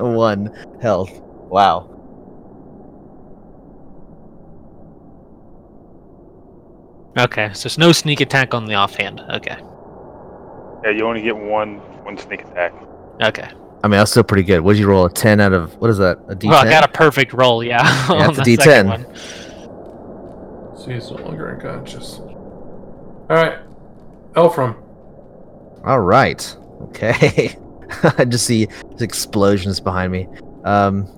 [SPEAKER 6] one health. Wow.
[SPEAKER 1] Okay, so there's no sneak attack on the offhand. Okay.
[SPEAKER 5] Yeah, you only get one one sneak attack.
[SPEAKER 1] Okay.
[SPEAKER 6] I mean, that's still pretty good. Would you roll a ten out
[SPEAKER 1] Oh,
[SPEAKER 6] of what is that? A D10?
[SPEAKER 1] Well, I got a perfect roll. Yeah.
[SPEAKER 6] Yeah,
[SPEAKER 1] on
[SPEAKER 6] it's a
[SPEAKER 1] the second
[SPEAKER 6] D10.
[SPEAKER 1] one.
[SPEAKER 3] So he's no longer unconscious. Alright. Elfram.
[SPEAKER 6] All right. Okay. I just see these explosions behind me. Um,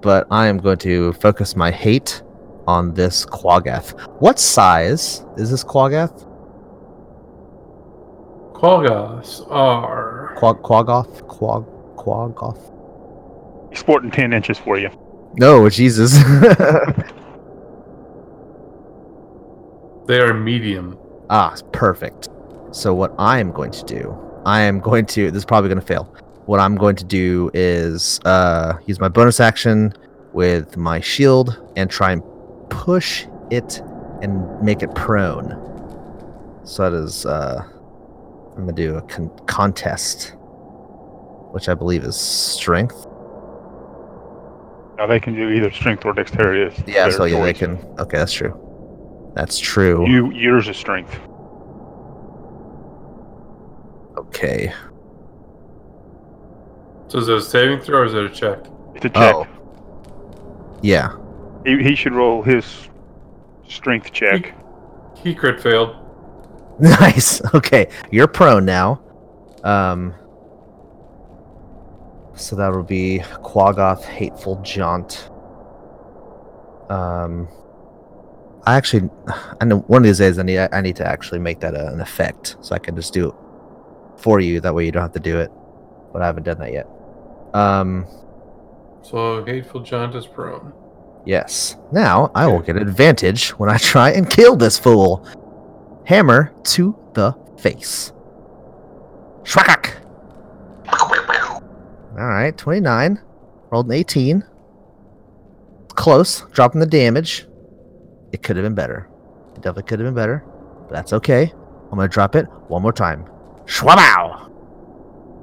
[SPEAKER 6] but I am going to focus my hate on this Quaggath. What size is this Quaggath?
[SPEAKER 3] Quaggas are.
[SPEAKER 6] Quag Quaggoth? Quag Quaggoth?
[SPEAKER 5] He's sporting 10 inches for you.
[SPEAKER 6] No, Jesus.
[SPEAKER 3] They are medium.
[SPEAKER 6] Ah, perfect. So what I am going to do, I am going to. This is probably going to fail. What I'm going to do is uh, use my bonus action with my shield and try and push it and make it prone. So that is. Uh, I'm going to do a con- contest, which I believe is strength.
[SPEAKER 5] Now they can do either strength or dexterity. It's
[SPEAKER 6] Yeah.
[SPEAKER 5] their
[SPEAKER 6] So yeah, they
[SPEAKER 5] choice.
[SPEAKER 6] can. Okay, that's true. That's true.
[SPEAKER 5] You yours is strength.
[SPEAKER 6] okay.
[SPEAKER 3] So is it a saving throw or is it a check?
[SPEAKER 5] It's a check.
[SPEAKER 6] Oh. Yeah.
[SPEAKER 5] He, he should roll his strength check.
[SPEAKER 3] He crit failed.
[SPEAKER 6] Nice. Okay, you're prone now. Um. So that will be Quagoth Hateful Jaunt. Um. I actually, I know one of these days I need I need to actually make that a, an effect so I can just do it for you. That way you don't have to do it, but I haven't done that yet. Um.
[SPEAKER 3] So hateful jaunt is prone.
[SPEAKER 6] Yes. Now I will get advantage when I try and kill this fool. Hammer to the face. Shwakak. All right, 29. Rolled an 18. Close. Dropping the damage. It could have been better. It definitely could have been better, but that's okay. I'm gonna drop it one more time. Schwabow.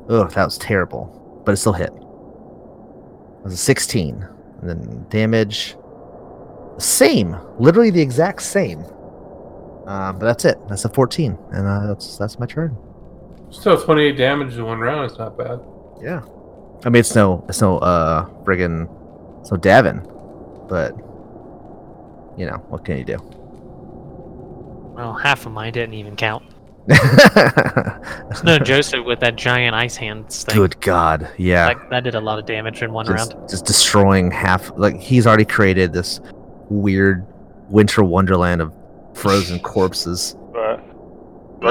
[SPEAKER 6] Ugh, that was terrible, but it still hit. It was a 16. And then damage. Same. Literally the exact same. Um, but that's it. That's a 14. And uh, that's that's my turn.
[SPEAKER 3] Still 28 damage in one round is not bad.
[SPEAKER 6] Yeah. I mean it's no it's no uh friggin' it's no Davin. But you know, what can you do?
[SPEAKER 1] Well, half of mine didn't even count.
[SPEAKER 6] There's
[SPEAKER 1] No, Joseph with that giant ice hands thing.
[SPEAKER 6] Good God. Yeah.
[SPEAKER 1] That, that did a lot of damage in one
[SPEAKER 6] just,
[SPEAKER 1] round.
[SPEAKER 6] just destroying half like he's already created this weird winter wonderland of frozen corpses.
[SPEAKER 5] But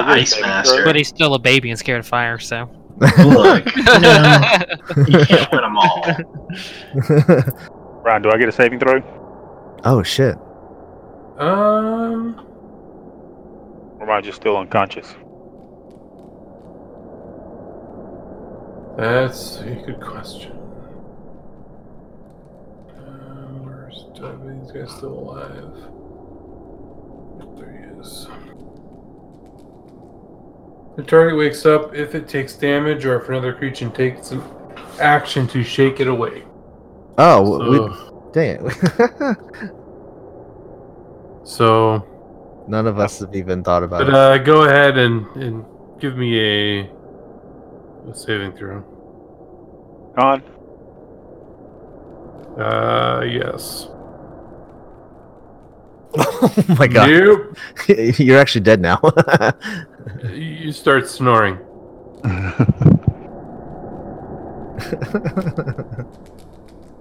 [SPEAKER 2] The Ice Master.
[SPEAKER 1] But he's still a baby and scared of fire, so. Oh,
[SPEAKER 2] Look, no, you can't win them all.
[SPEAKER 5] Ryan, do I get a saving throw?
[SPEAKER 6] oh shit.
[SPEAKER 3] Um.
[SPEAKER 5] Or am I just still unconscious?
[SPEAKER 3] That's a good question. Um, where's Davin? This guy's still alive. There he is. The target wakes up if it takes damage or if another creature takes an action to shake it away.
[SPEAKER 6] Oh, w- we,
[SPEAKER 3] So-
[SPEAKER 6] dang it.
[SPEAKER 3] so
[SPEAKER 6] None of us have even thought about
[SPEAKER 3] But
[SPEAKER 6] it.
[SPEAKER 3] uh, go ahead and, and give me a, a saving throw.
[SPEAKER 5] Con?
[SPEAKER 3] Uh, yes.
[SPEAKER 6] oh my god.
[SPEAKER 3] Nope.
[SPEAKER 6] You're actually dead now.
[SPEAKER 3] you start snoring.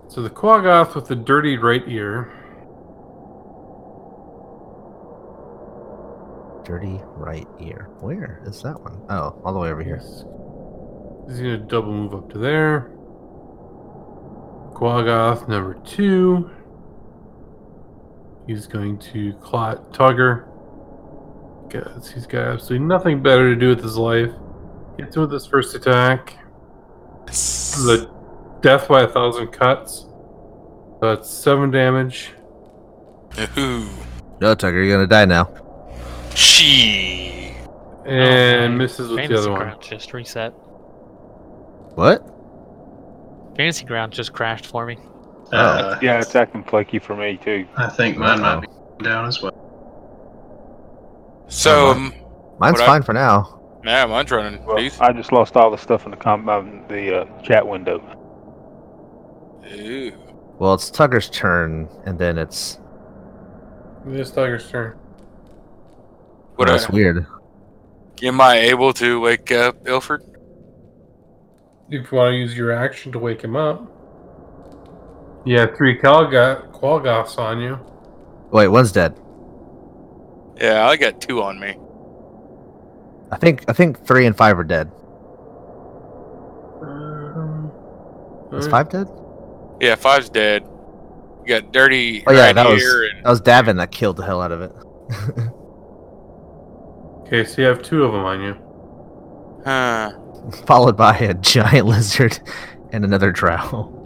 [SPEAKER 3] So the Quaggoth with the dirty right ear.
[SPEAKER 6] Dirty right ear. Where is that one? Oh, all the way over here.
[SPEAKER 3] He's he's gonna double move up to there. Quaggoth number two. He's going to clot Tugger. Because he's got absolutely nothing better to do with his life. Hits him with his first attack. The death by a thousand cuts. That's seven damage.
[SPEAKER 4] Ooh.
[SPEAKER 6] No, Tucker, you're gonna die now.
[SPEAKER 4] She.
[SPEAKER 3] And
[SPEAKER 1] Oh,
[SPEAKER 3] misses with the
[SPEAKER 1] Fantasy
[SPEAKER 3] other one.
[SPEAKER 1] Ground just reset.
[SPEAKER 6] What?
[SPEAKER 1] Fantasy Ground just crashed for me.
[SPEAKER 2] Uh,
[SPEAKER 5] Yeah, it's acting flaky for me too.
[SPEAKER 2] I think mine might be down as well.
[SPEAKER 4] So,
[SPEAKER 2] Uh-huh.
[SPEAKER 4] um,
[SPEAKER 6] Mine's
[SPEAKER 4] What I-
[SPEAKER 6] fine for now.
[SPEAKER 4] yeah, mine's running.
[SPEAKER 5] Well,
[SPEAKER 4] These-
[SPEAKER 5] I just lost all the stuff in the com- um, the uh, chat window.
[SPEAKER 4] Ooh.
[SPEAKER 6] Well, it's Tucker's turn, and then it's
[SPEAKER 3] This tiger's turn.
[SPEAKER 6] Well,
[SPEAKER 4] Would I,
[SPEAKER 6] that's weird.
[SPEAKER 4] am I able to wake up Ilford?
[SPEAKER 3] If you want to use your action to wake him up. You have three Kalga- Qualgoths on you.
[SPEAKER 6] Wait, one's dead.
[SPEAKER 4] Yeah, I got two on me.
[SPEAKER 6] I think I think three and five are dead.
[SPEAKER 3] Um,
[SPEAKER 6] Is
[SPEAKER 2] Mm.
[SPEAKER 3] alright.
[SPEAKER 6] five dead?
[SPEAKER 4] Yeah, five's dead. You got dirty
[SPEAKER 6] Oh, yeah,
[SPEAKER 4] right
[SPEAKER 6] that was-
[SPEAKER 4] here and
[SPEAKER 6] That was Davin that killed the hell out of it.
[SPEAKER 3] Okay, so you have two of them on you.
[SPEAKER 4] huh.
[SPEAKER 6] Followed by a giant lizard and another drow.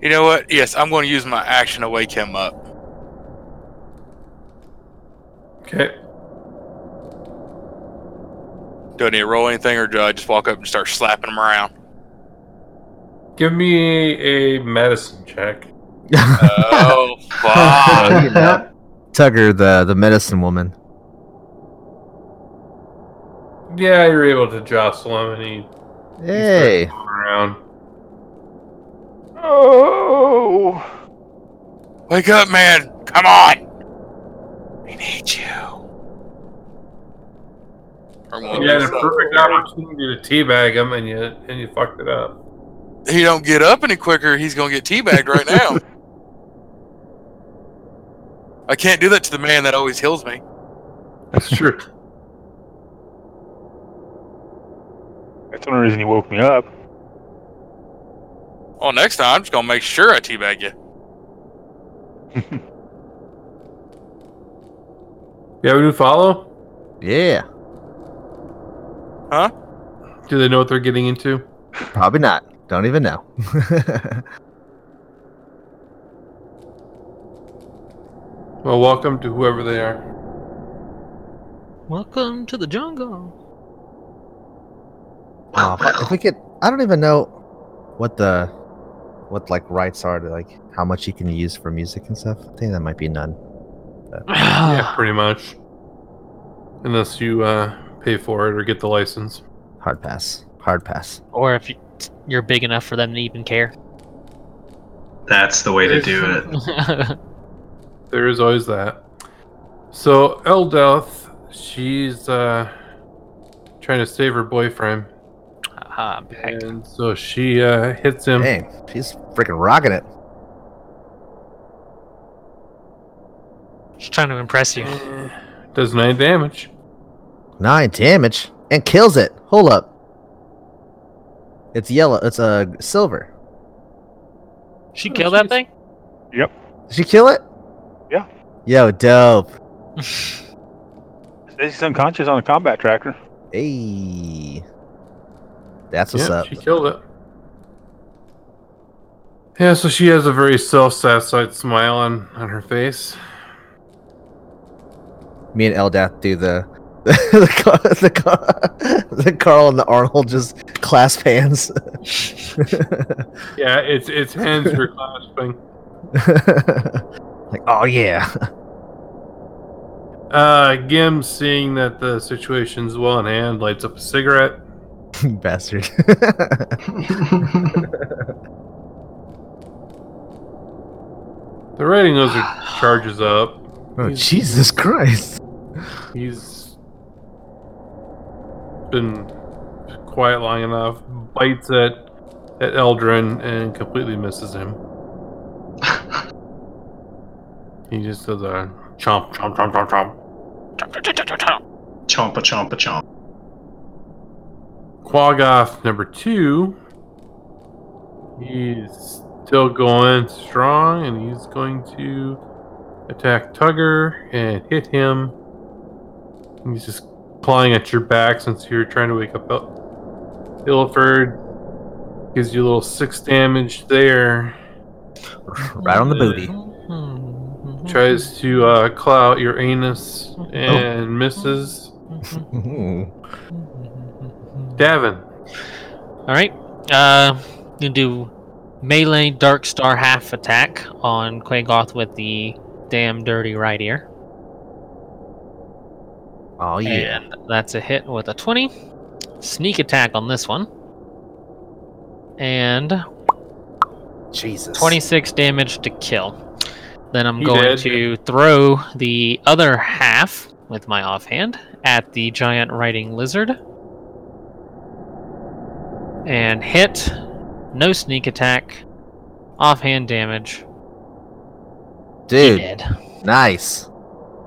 [SPEAKER 4] You know what? Yes, I'm going to use my action to wake him up.
[SPEAKER 3] Okay.
[SPEAKER 4] Do I need to roll anything, or do I just walk up and start slapping him around?
[SPEAKER 3] Give me a medicine check.
[SPEAKER 4] Oh, fuck!
[SPEAKER 6] you know. Tugger, the the medicine woman.
[SPEAKER 3] Yeah, you're able to jostle him and he
[SPEAKER 6] Hey,
[SPEAKER 3] going around.
[SPEAKER 5] Oh!
[SPEAKER 4] Wake up, man! Come on! We need you. Or one
[SPEAKER 3] You had a
[SPEAKER 4] of those-
[SPEAKER 3] perfect opportunity to teabag him and you and you fucked it up.
[SPEAKER 4] he don't get up any quicker, he's gonna get teabagged right now. I can't do that to the man that always heals me.
[SPEAKER 3] That's true.
[SPEAKER 5] That's the only reason he woke me up.
[SPEAKER 4] Well, next time I'm just gonna make sure I teabag you.
[SPEAKER 3] you have a new follow?
[SPEAKER 6] yeah,
[SPEAKER 3] Do they know what they're getting into?
[SPEAKER 6] probably not. Don't even know.
[SPEAKER 3] Well, welcome to whoever they are.
[SPEAKER 1] Welcome to the jungle.
[SPEAKER 6] Oh, if I- if we could, I don't even know what the what like rights are to like how much you can use for music and stuff. I think that might be none.
[SPEAKER 1] Ah.
[SPEAKER 3] yeah, pretty much. Unless you uh, pay for it or get the license.
[SPEAKER 6] Hard pass. Hard pass.
[SPEAKER 1] Or if you, you're big enough for them to even care.
[SPEAKER 2] That's the way to do it.
[SPEAKER 3] There is always that. So Eldoth, she's uh, trying to save her boyfriend,
[SPEAKER 1] Haha, I'm back.
[SPEAKER 3] and so she uh, hits him.
[SPEAKER 6] Dang, she's freaking rocking it.
[SPEAKER 1] Just trying to impress you.
[SPEAKER 3] Uh, Does nine damage.
[SPEAKER 6] Nine damage and kills it. Hold up. It's yellow. It's a uh, silver.
[SPEAKER 1] She killed that thing?
[SPEAKER 6] Did she kill it?
[SPEAKER 5] Yeah.
[SPEAKER 6] Yo, dope.
[SPEAKER 5] He's unconscious on a combat tracker.
[SPEAKER 6] Hey. That's what's
[SPEAKER 3] yeah,
[SPEAKER 6] up.
[SPEAKER 3] She killed it. Yeah, so she has a very self-satisfied smile on, on her face.
[SPEAKER 6] Me and Eldath do the the Car- the, Car- the Carl and the Arnold just clasp hands.
[SPEAKER 3] Yeah, it's it's hands are clasping.
[SPEAKER 6] like, oh yeah.
[SPEAKER 3] Uh, Gim, seeing that the situation's well in hand, lights up a cigarette.
[SPEAKER 6] Bastard.
[SPEAKER 3] The writing those are charges up.
[SPEAKER 6] oh
[SPEAKER 3] He's-
[SPEAKER 6] Jesus Christ.
[SPEAKER 3] He's been quiet long enough. Bites at at Eldrin and completely misses him. He just does a chomp, chomp, chomp, chomp, chomp.
[SPEAKER 2] chompa chompa chomp.
[SPEAKER 3] Quagoth number two. He's still going strong, and he's going to attack Tugger and hit him. He's just clawing at your back since you're trying to wake up Il- Ilford. Gives you a little six damage there.
[SPEAKER 6] Right on the booty.
[SPEAKER 3] Tries to uh, claw out your anus and misses.
[SPEAKER 6] Ooh.
[SPEAKER 3] Davin.
[SPEAKER 1] All right. Uh, you do melee Dark Star half attack on Quagoth with the damn dirty right ear.
[SPEAKER 6] Oh yeah.
[SPEAKER 1] And that's a hit with a 20. Sneak attack on this one. And
[SPEAKER 6] Jesus.
[SPEAKER 1] 26 damage to kill. Then I'm
[SPEAKER 3] He
[SPEAKER 1] going
[SPEAKER 3] did.
[SPEAKER 1] to throw the other half with my offhand at the giant riding lizard. And hit. No sneak attack. Offhand damage. He
[SPEAKER 6] Dude,
[SPEAKER 1] dead.
[SPEAKER 6] nice.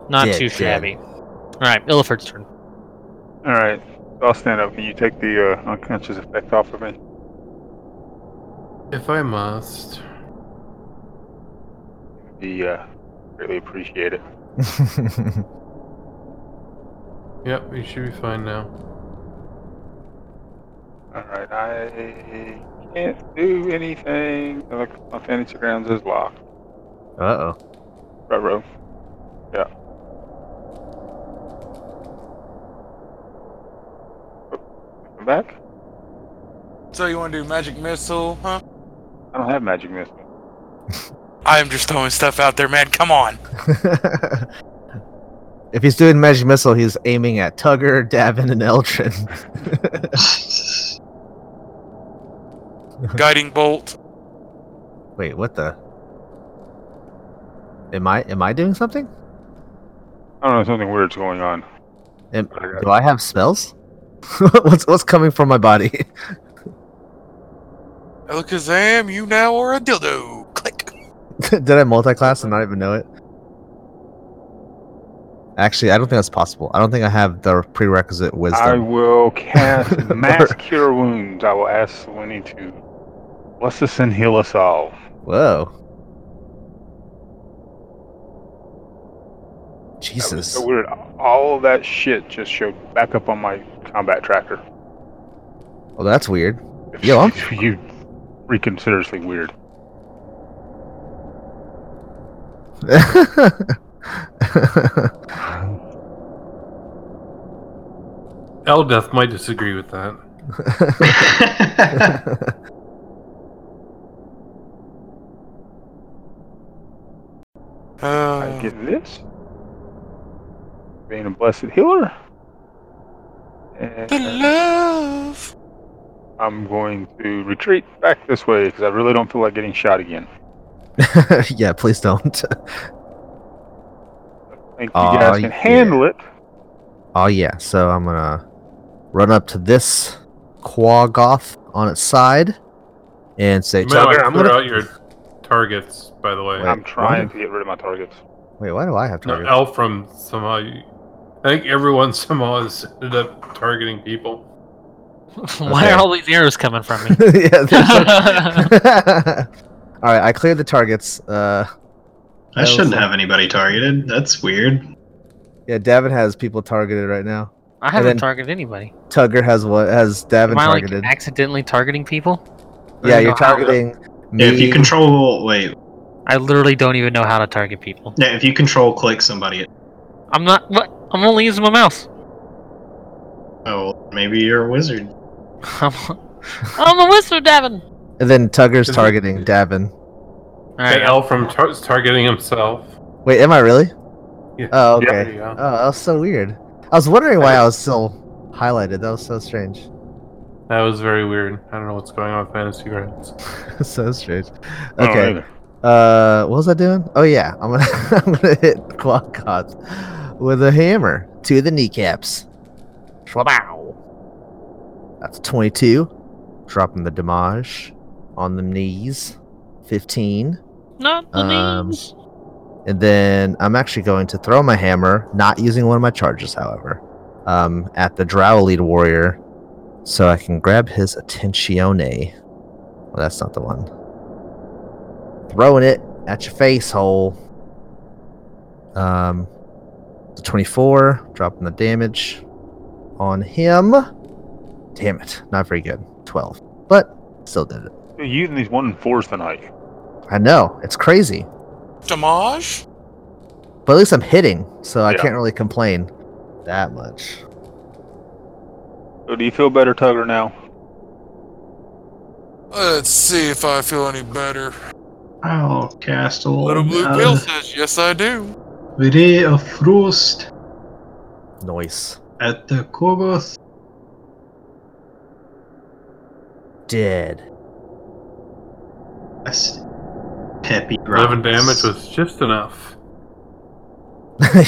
[SPEAKER 1] Not
[SPEAKER 6] dead,
[SPEAKER 1] too
[SPEAKER 6] dead.
[SPEAKER 1] shabby. Alright, Illiford's turn.
[SPEAKER 5] All right. I'll stand up. Can you take the uh, unconscious effect off of me?
[SPEAKER 3] If I must.
[SPEAKER 5] The uh, really appreciate it.
[SPEAKER 3] Yep, you should be fine now.
[SPEAKER 5] All right. I can't do anything. I look- My fantasy grounds is locked.
[SPEAKER 6] uh oh.
[SPEAKER 5] Right, row. Yeah. Come back.
[SPEAKER 4] So you want to do magic missile, huh?
[SPEAKER 5] I don't have magic missile.
[SPEAKER 4] I am just throwing stuff out there, man. Come on.
[SPEAKER 6] if he's doing magic missile, he's aiming at Tugger, Davin, and Eldrin.
[SPEAKER 4] Guiding bolt.
[SPEAKER 6] Wait, what the? Am I am I doing something?
[SPEAKER 5] I don't know. Something weird's going on.
[SPEAKER 6] Am-
[SPEAKER 5] I got-
[SPEAKER 6] do I have smells? what's what's coming from my body?
[SPEAKER 4] Alakazam, you now are a dildo. Click.
[SPEAKER 6] Did I multiclass and not even know it? Actually, I don't think that's possible. I don't think I have the prerequisite
[SPEAKER 5] I
[SPEAKER 6] wisdom.
[SPEAKER 5] will cast mass cure wounds. I will ask Selene to bless us and heal us all.
[SPEAKER 6] Whoa.
[SPEAKER 5] That was
[SPEAKER 6] Jesus.
[SPEAKER 5] so weird. All of that shit just showed back up on my combat tracker.
[SPEAKER 6] Well, that's weird. Yo, I'm-
[SPEAKER 5] you freaking seriously weird.
[SPEAKER 3] Eldeth might disagree with that.
[SPEAKER 5] I
[SPEAKER 4] Uh,
[SPEAKER 5] get this. Being a blessed healer.
[SPEAKER 4] the
[SPEAKER 5] And
[SPEAKER 4] love.
[SPEAKER 5] I'm going to retreat back this way because I really don't feel like getting shot again.
[SPEAKER 6] yeah, please don't.
[SPEAKER 5] I think you
[SPEAKER 6] Aw,
[SPEAKER 5] guys
[SPEAKER 6] yeah.
[SPEAKER 5] can handle it.
[SPEAKER 6] Oh yeah, so I'm gonna run up to this quaggoth on its side and say,
[SPEAKER 3] You might want
[SPEAKER 6] Tugger,
[SPEAKER 3] to
[SPEAKER 6] I'm
[SPEAKER 3] clear
[SPEAKER 6] gonna.
[SPEAKER 3] out your targets, by the way.
[SPEAKER 6] Wait,
[SPEAKER 5] I'm
[SPEAKER 6] what?
[SPEAKER 5] trying to get rid of my targets.
[SPEAKER 6] Wait, why do I have
[SPEAKER 3] No,
[SPEAKER 6] target?
[SPEAKER 3] L from somehow. You, I think everyone somehow has ended up targeting people.
[SPEAKER 1] Why
[SPEAKER 6] Okay.
[SPEAKER 1] are all these arrows coming from me?
[SPEAKER 6] yeah. there's- All right, I cleared the targets. Uh,
[SPEAKER 2] I shouldn't have anybody targeted. That's weird.
[SPEAKER 6] yeah, Davin has people targeted right now.
[SPEAKER 1] I haven't
[SPEAKER 6] then-
[SPEAKER 1] targeted anybody.
[SPEAKER 6] Tugger has what has Davin
[SPEAKER 1] Am I like
[SPEAKER 6] targeted.
[SPEAKER 1] accidentally targeting people? I
[SPEAKER 6] yeah,
[SPEAKER 1] don't know
[SPEAKER 6] you're
[SPEAKER 1] how-
[SPEAKER 6] targeting me.
[SPEAKER 2] If you control, wait.
[SPEAKER 1] I literally don't even know how to target people.
[SPEAKER 2] Yeah, if you control click somebody, it-
[SPEAKER 1] I'm not. What? I'm only using my mouse.
[SPEAKER 2] oh, maybe you're a wizard.
[SPEAKER 1] I'm, I'm a wizard, Davin.
[SPEAKER 6] and then
[SPEAKER 3] Is
[SPEAKER 6] Tugger's
[SPEAKER 3] it-
[SPEAKER 6] targeting Davin.
[SPEAKER 1] All
[SPEAKER 3] That
[SPEAKER 1] right,
[SPEAKER 3] L from tar- is targeting himself.
[SPEAKER 6] Wait, am I really?
[SPEAKER 3] Yeah.
[SPEAKER 6] Oh, okay.
[SPEAKER 3] There you go.
[SPEAKER 6] Oh, that was so weird. I was wondering why I was still highlighted. That was so strange.
[SPEAKER 3] That was very weird. I don't know what's going on with Fantasy Grounds.
[SPEAKER 6] so strange.
[SPEAKER 5] I don't
[SPEAKER 6] Okay.
[SPEAKER 5] either.
[SPEAKER 6] Uh, what was I doing? Oh yeah, I'm gonna I'm gonna hit Quadcots with a hammer to the kneecaps. Shwabow. That's 22. Dropping the damage on the knees. 15.
[SPEAKER 1] not the
[SPEAKER 6] Um,
[SPEAKER 1] knees.
[SPEAKER 6] And then I'm actually going to throw my hammer, not using one of my charges, however, um, at the Drow Lead Warrior so I can grab his attenzione. Well, that's not the one. Throwing it at your face hole. Um, the 24, dropping the damage on him. Damn it, not very good. 12, but still did it.
[SPEAKER 5] You're using these one and fours tonight.
[SPEAKER 6] I know, it's crazy.
[SPEAKER 4] Damage.
[SPEAKER 6] But at least I'm hitting, so I
[SPEAKER 5] Yeah.
[SPEAKER 6] can't really complain that much.
[SPEAKER 5] So do you feel better, Tugger, now?
[SPEAKER 4] Let's see if I feel any better.
[SPEAKER 2] I'll cast a
[SPEAKER 4] Little
[SPEAKER 2] little,
[SPEAKER 4] blue
[SPEAKER 2] bit
[SPEAKER 4] pill
[SPEAKER 2] of
[SPEAKER 4] says, yes, I do.
[SPEAKER 2] ray of frost
[SPEAKER 6] Noise.
[SPEAKER 2] at the Kogoth.
[SPEAKER 6] Dead.
[SPEAKER 2] Yes. Peppy rocks.
[SPEAKER 3] 11 damage was just enough.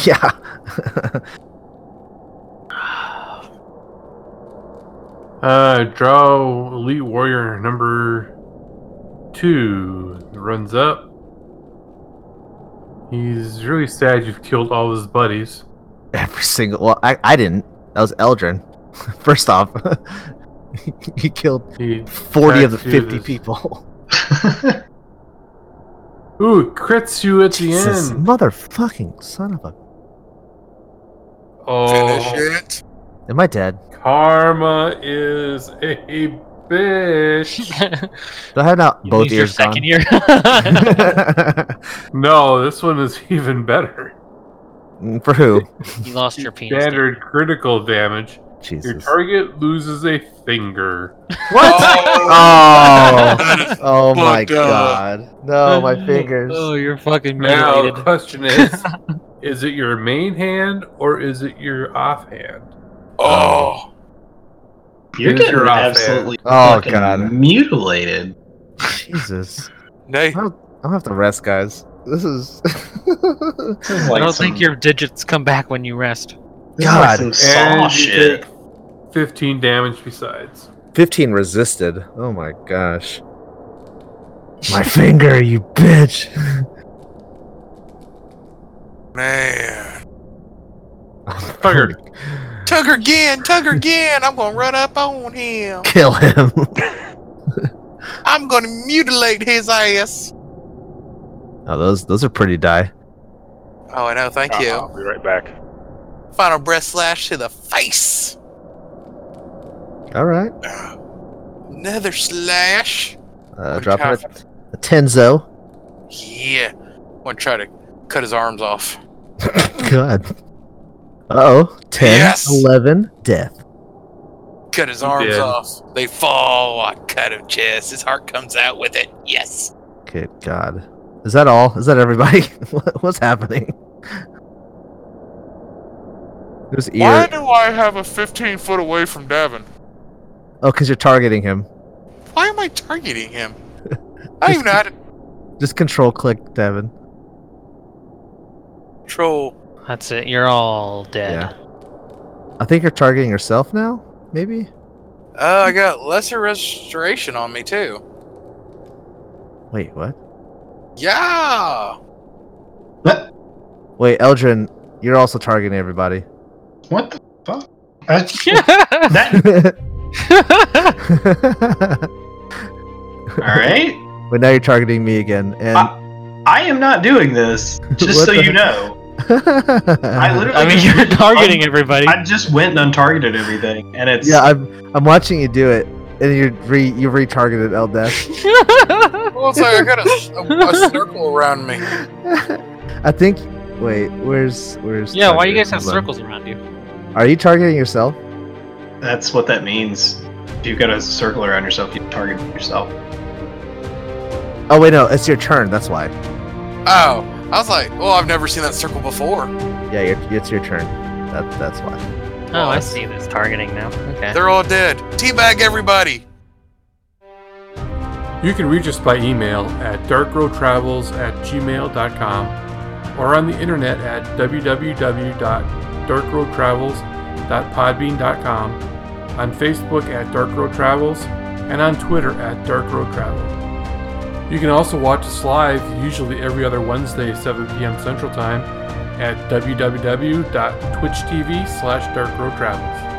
[SPEAKER 6] yeah.
[SPEAKER 3] Uh, draw elite warrior number two runs up. He's really sad you've killed all his buddies.
[SPEAKER 6] Every single. Well, I, I didn't. That was Eldrin. First off, he killed
[SPEAKER 3] He
[SPEAKER 6] 40 of the
[SPEAKER 3] Back to
[SPEAKER 6] 50
[SPEAKER 3] this-
[SPEAKER 6] people.
[SPEAKER 3] ooh crits you at
[SPEAKER 6] Jesus,
[SPEAKER 3] the end.
[SPEAKER 6] motherfucking son of a.
[SPEAKER 3] Oh,
[SPEAKER 4] Finish it.
[SPEAKER 6] Am I dead?
[SPEAKER 3] karma is a bitch.
[SPEAKER 6] Do I have now
[SPEAKER 1] You
[SPEAKER 6] both
[SPEAKER 1] lose your
[SPEAKER 6] ears gone?
[SPEAKER 1] second year.
[SPEAKER 3] no, this one is even better.
[SPEAKER 6] Mm, For who?
[SPEAKER 1] you lost your penis.
[SPEAKER 3] Standard critical damage. Your
[SPEAKER 6] Jesus.
[SPEAKER 3] target loses a finger.
[SPEAKER 6] Oh, oh my
[SPEAKER 4] Fucked up.
[SPEAKER 6] god. No, my fingers.
[SPEAKER 1] Oh, you're fucking
[SPEAKER 3] Now the
[SPEAKER 1] mutilated.
[SPEAKER 3] question is: Is it your main hand or is it your off hand?
[SPEAKER 4] Oh,
[SPEAKER 2] You're
[SPEAKER 3] Here's
[SPEAKER 2] getting
[SPEAKER 3] your off hand.
[SPEAKER 2] absolutely
[SPEAKER 6] Oh,
[SPEAKER 2] fucking
[SPEAKER 6] God.
[SPEAKER 2] mutilated.
[SPEAKER 6] Jesus.
[SPEAKER 4] Nate.
[SPEAKER 6] I'm gonna have to rest, guys. This is.
[SPEAKER 2] This is
[SPEAKER 1] I
[SPEAKER 2] like
[SPEAKER 1] don't
[SPEAKER 2] some,
[SPEAKER 1] think your digits come back when you rest.
[SPEAKER 2] this is like
[SPEAKER 6] God.
[SPEAKER 2] some saw
[SPEAKER 3] And you
[SPEAKER 2] shit.
[SPEAKER 3] take Fifteen damage besides.
[SPEAKER 6] 15 resisted. Oh my gosh. My finger, you bitch.
[SPEAKER 4] Man.
[SPEAKER 3] Fired.
[SPEAKER 4] Tugger again, Tugger again. I'm gonna run up on him.
[SPEAKER 6] Kill him.
[SPEAKER 4] I'm gonna mutilate his ass.
[SPEAKER 6] Oh, those those are pretty die.
[SPEAKER 4] Oh, I know. Thank you.
[SPEAKER 5] I'll be right back.
[SPEAKER 4] Final breath slash to the face.
[SPEAKER 6] All right.
[SPEAKER 4] Another slash.
[SPEAKER 6] Uh,
[SPEAKER 4] Pretty
[SPEAKER 6] dropping a,
[SPEAKER 4] powerful.
[SPEAKER 6] a tenzo.
[SPEAKER 4] Yeah. I'm gonna try to cut his arms off.
[SPEAKER 6] God. Uh-oh. 10,
[SPEAKER 4] Yes!
[SPEAKER 6] 11, death.
[SPEAKER 4] Cut his
[SPEAKER 3] He
[SPEAKER 4] arms
[SPEAKER 3] did.
[SPEAKER 4] off. They fall. I cut him chest. His heart comes out with it. Yes.
[SPEAKER 6] Good God. Is that all? Is that everybody? What- What's happening? There's ear.
[SPEAKER 4] do I have a 15 foot away from Davin?
[SPEAKER 6] Oh, because you're targeting him.
[SPEAKER 4] Why am I targeting him? I don't even know how to
[SPEAKER 6] Just control click, Devin.
[SPEAKER 4] control.
[SPEAKER 1] That's it. You're all dead.
[SPEAKER 6] I think you're targeting yourself now, maybe?
[SPEAKER 4] Oh, I got lesser restoration on me too.
[SPEAKER 6] Wait, what?
[SPEAKER 4] Yeah.
[SPEAKER 2] What?
[SPEAKER 6] Wait, Eldrin, you're also targeting everybody.
[SPEAKER 2] What the fuck? That's- that,
[SPEAKER 6] but
[SPEAKER 2] all right.
[SPEAKER 6] now you're targeting me again. And
[SPEAKER 2] I am not doing this. Just
[SPEAKER 6] What
[SPEAKER 2] so
[SPEAKER 6] the-
[SPEAKER 2] you know, I
[SPEAKER 6] I
[SPEAKER 2] literally.
[SPEAKER 1] I mean,
[SPEAKER 2] just-
[SPEAKER 1] you're targeting everybody.
[SPEAKER 2] I just went and untargeted everything, and it's
[SPEAKER 6] Yeah, I'm I'm watching you do it, and you re you retargeted El Dash.
[SPEAKER 4] Well, it's like I got a, a, a circle around me.
[SPEAKER 6] I think. Wait, where's where's?
[SPEAKER 1] yeah, why you
[SPEAKER 6] Tiger?
[SPEAKER 1] guys have
[SPEAKER 6] Hold on.
[SPEAKER 1] circles around you?
[SPEAKER 6] Are you targeting yourself?
[SPEAKER 2] that's what that means. If you've got a circle around yourself, you target yourself.
[SPEAKER 6] Oh wait, no, it's your turn. That's why.
[SPEAKER 4] Oh, I was like, well, I've never seen that circle before.
[SPEAKER 6] Yeah, you're, it's your turn. That that's why.
[SPEAKER 1] Oh, I see this targeting now. Okay.
[SPEAKER 4] They're all dead. Teabag everybody.
[SPEAKER 3] You can reach us by email at darkroadtravels at gmail.com or on the internet at www.darkroadtravels.podbean.com, on Facebook at Dark Road Travels, and on Twitter at Dark Road Travel. You can also watch us live, usually every other Wednesday, 7 p.m. Central Time, at www.twitch.tv slash darkroadtravels.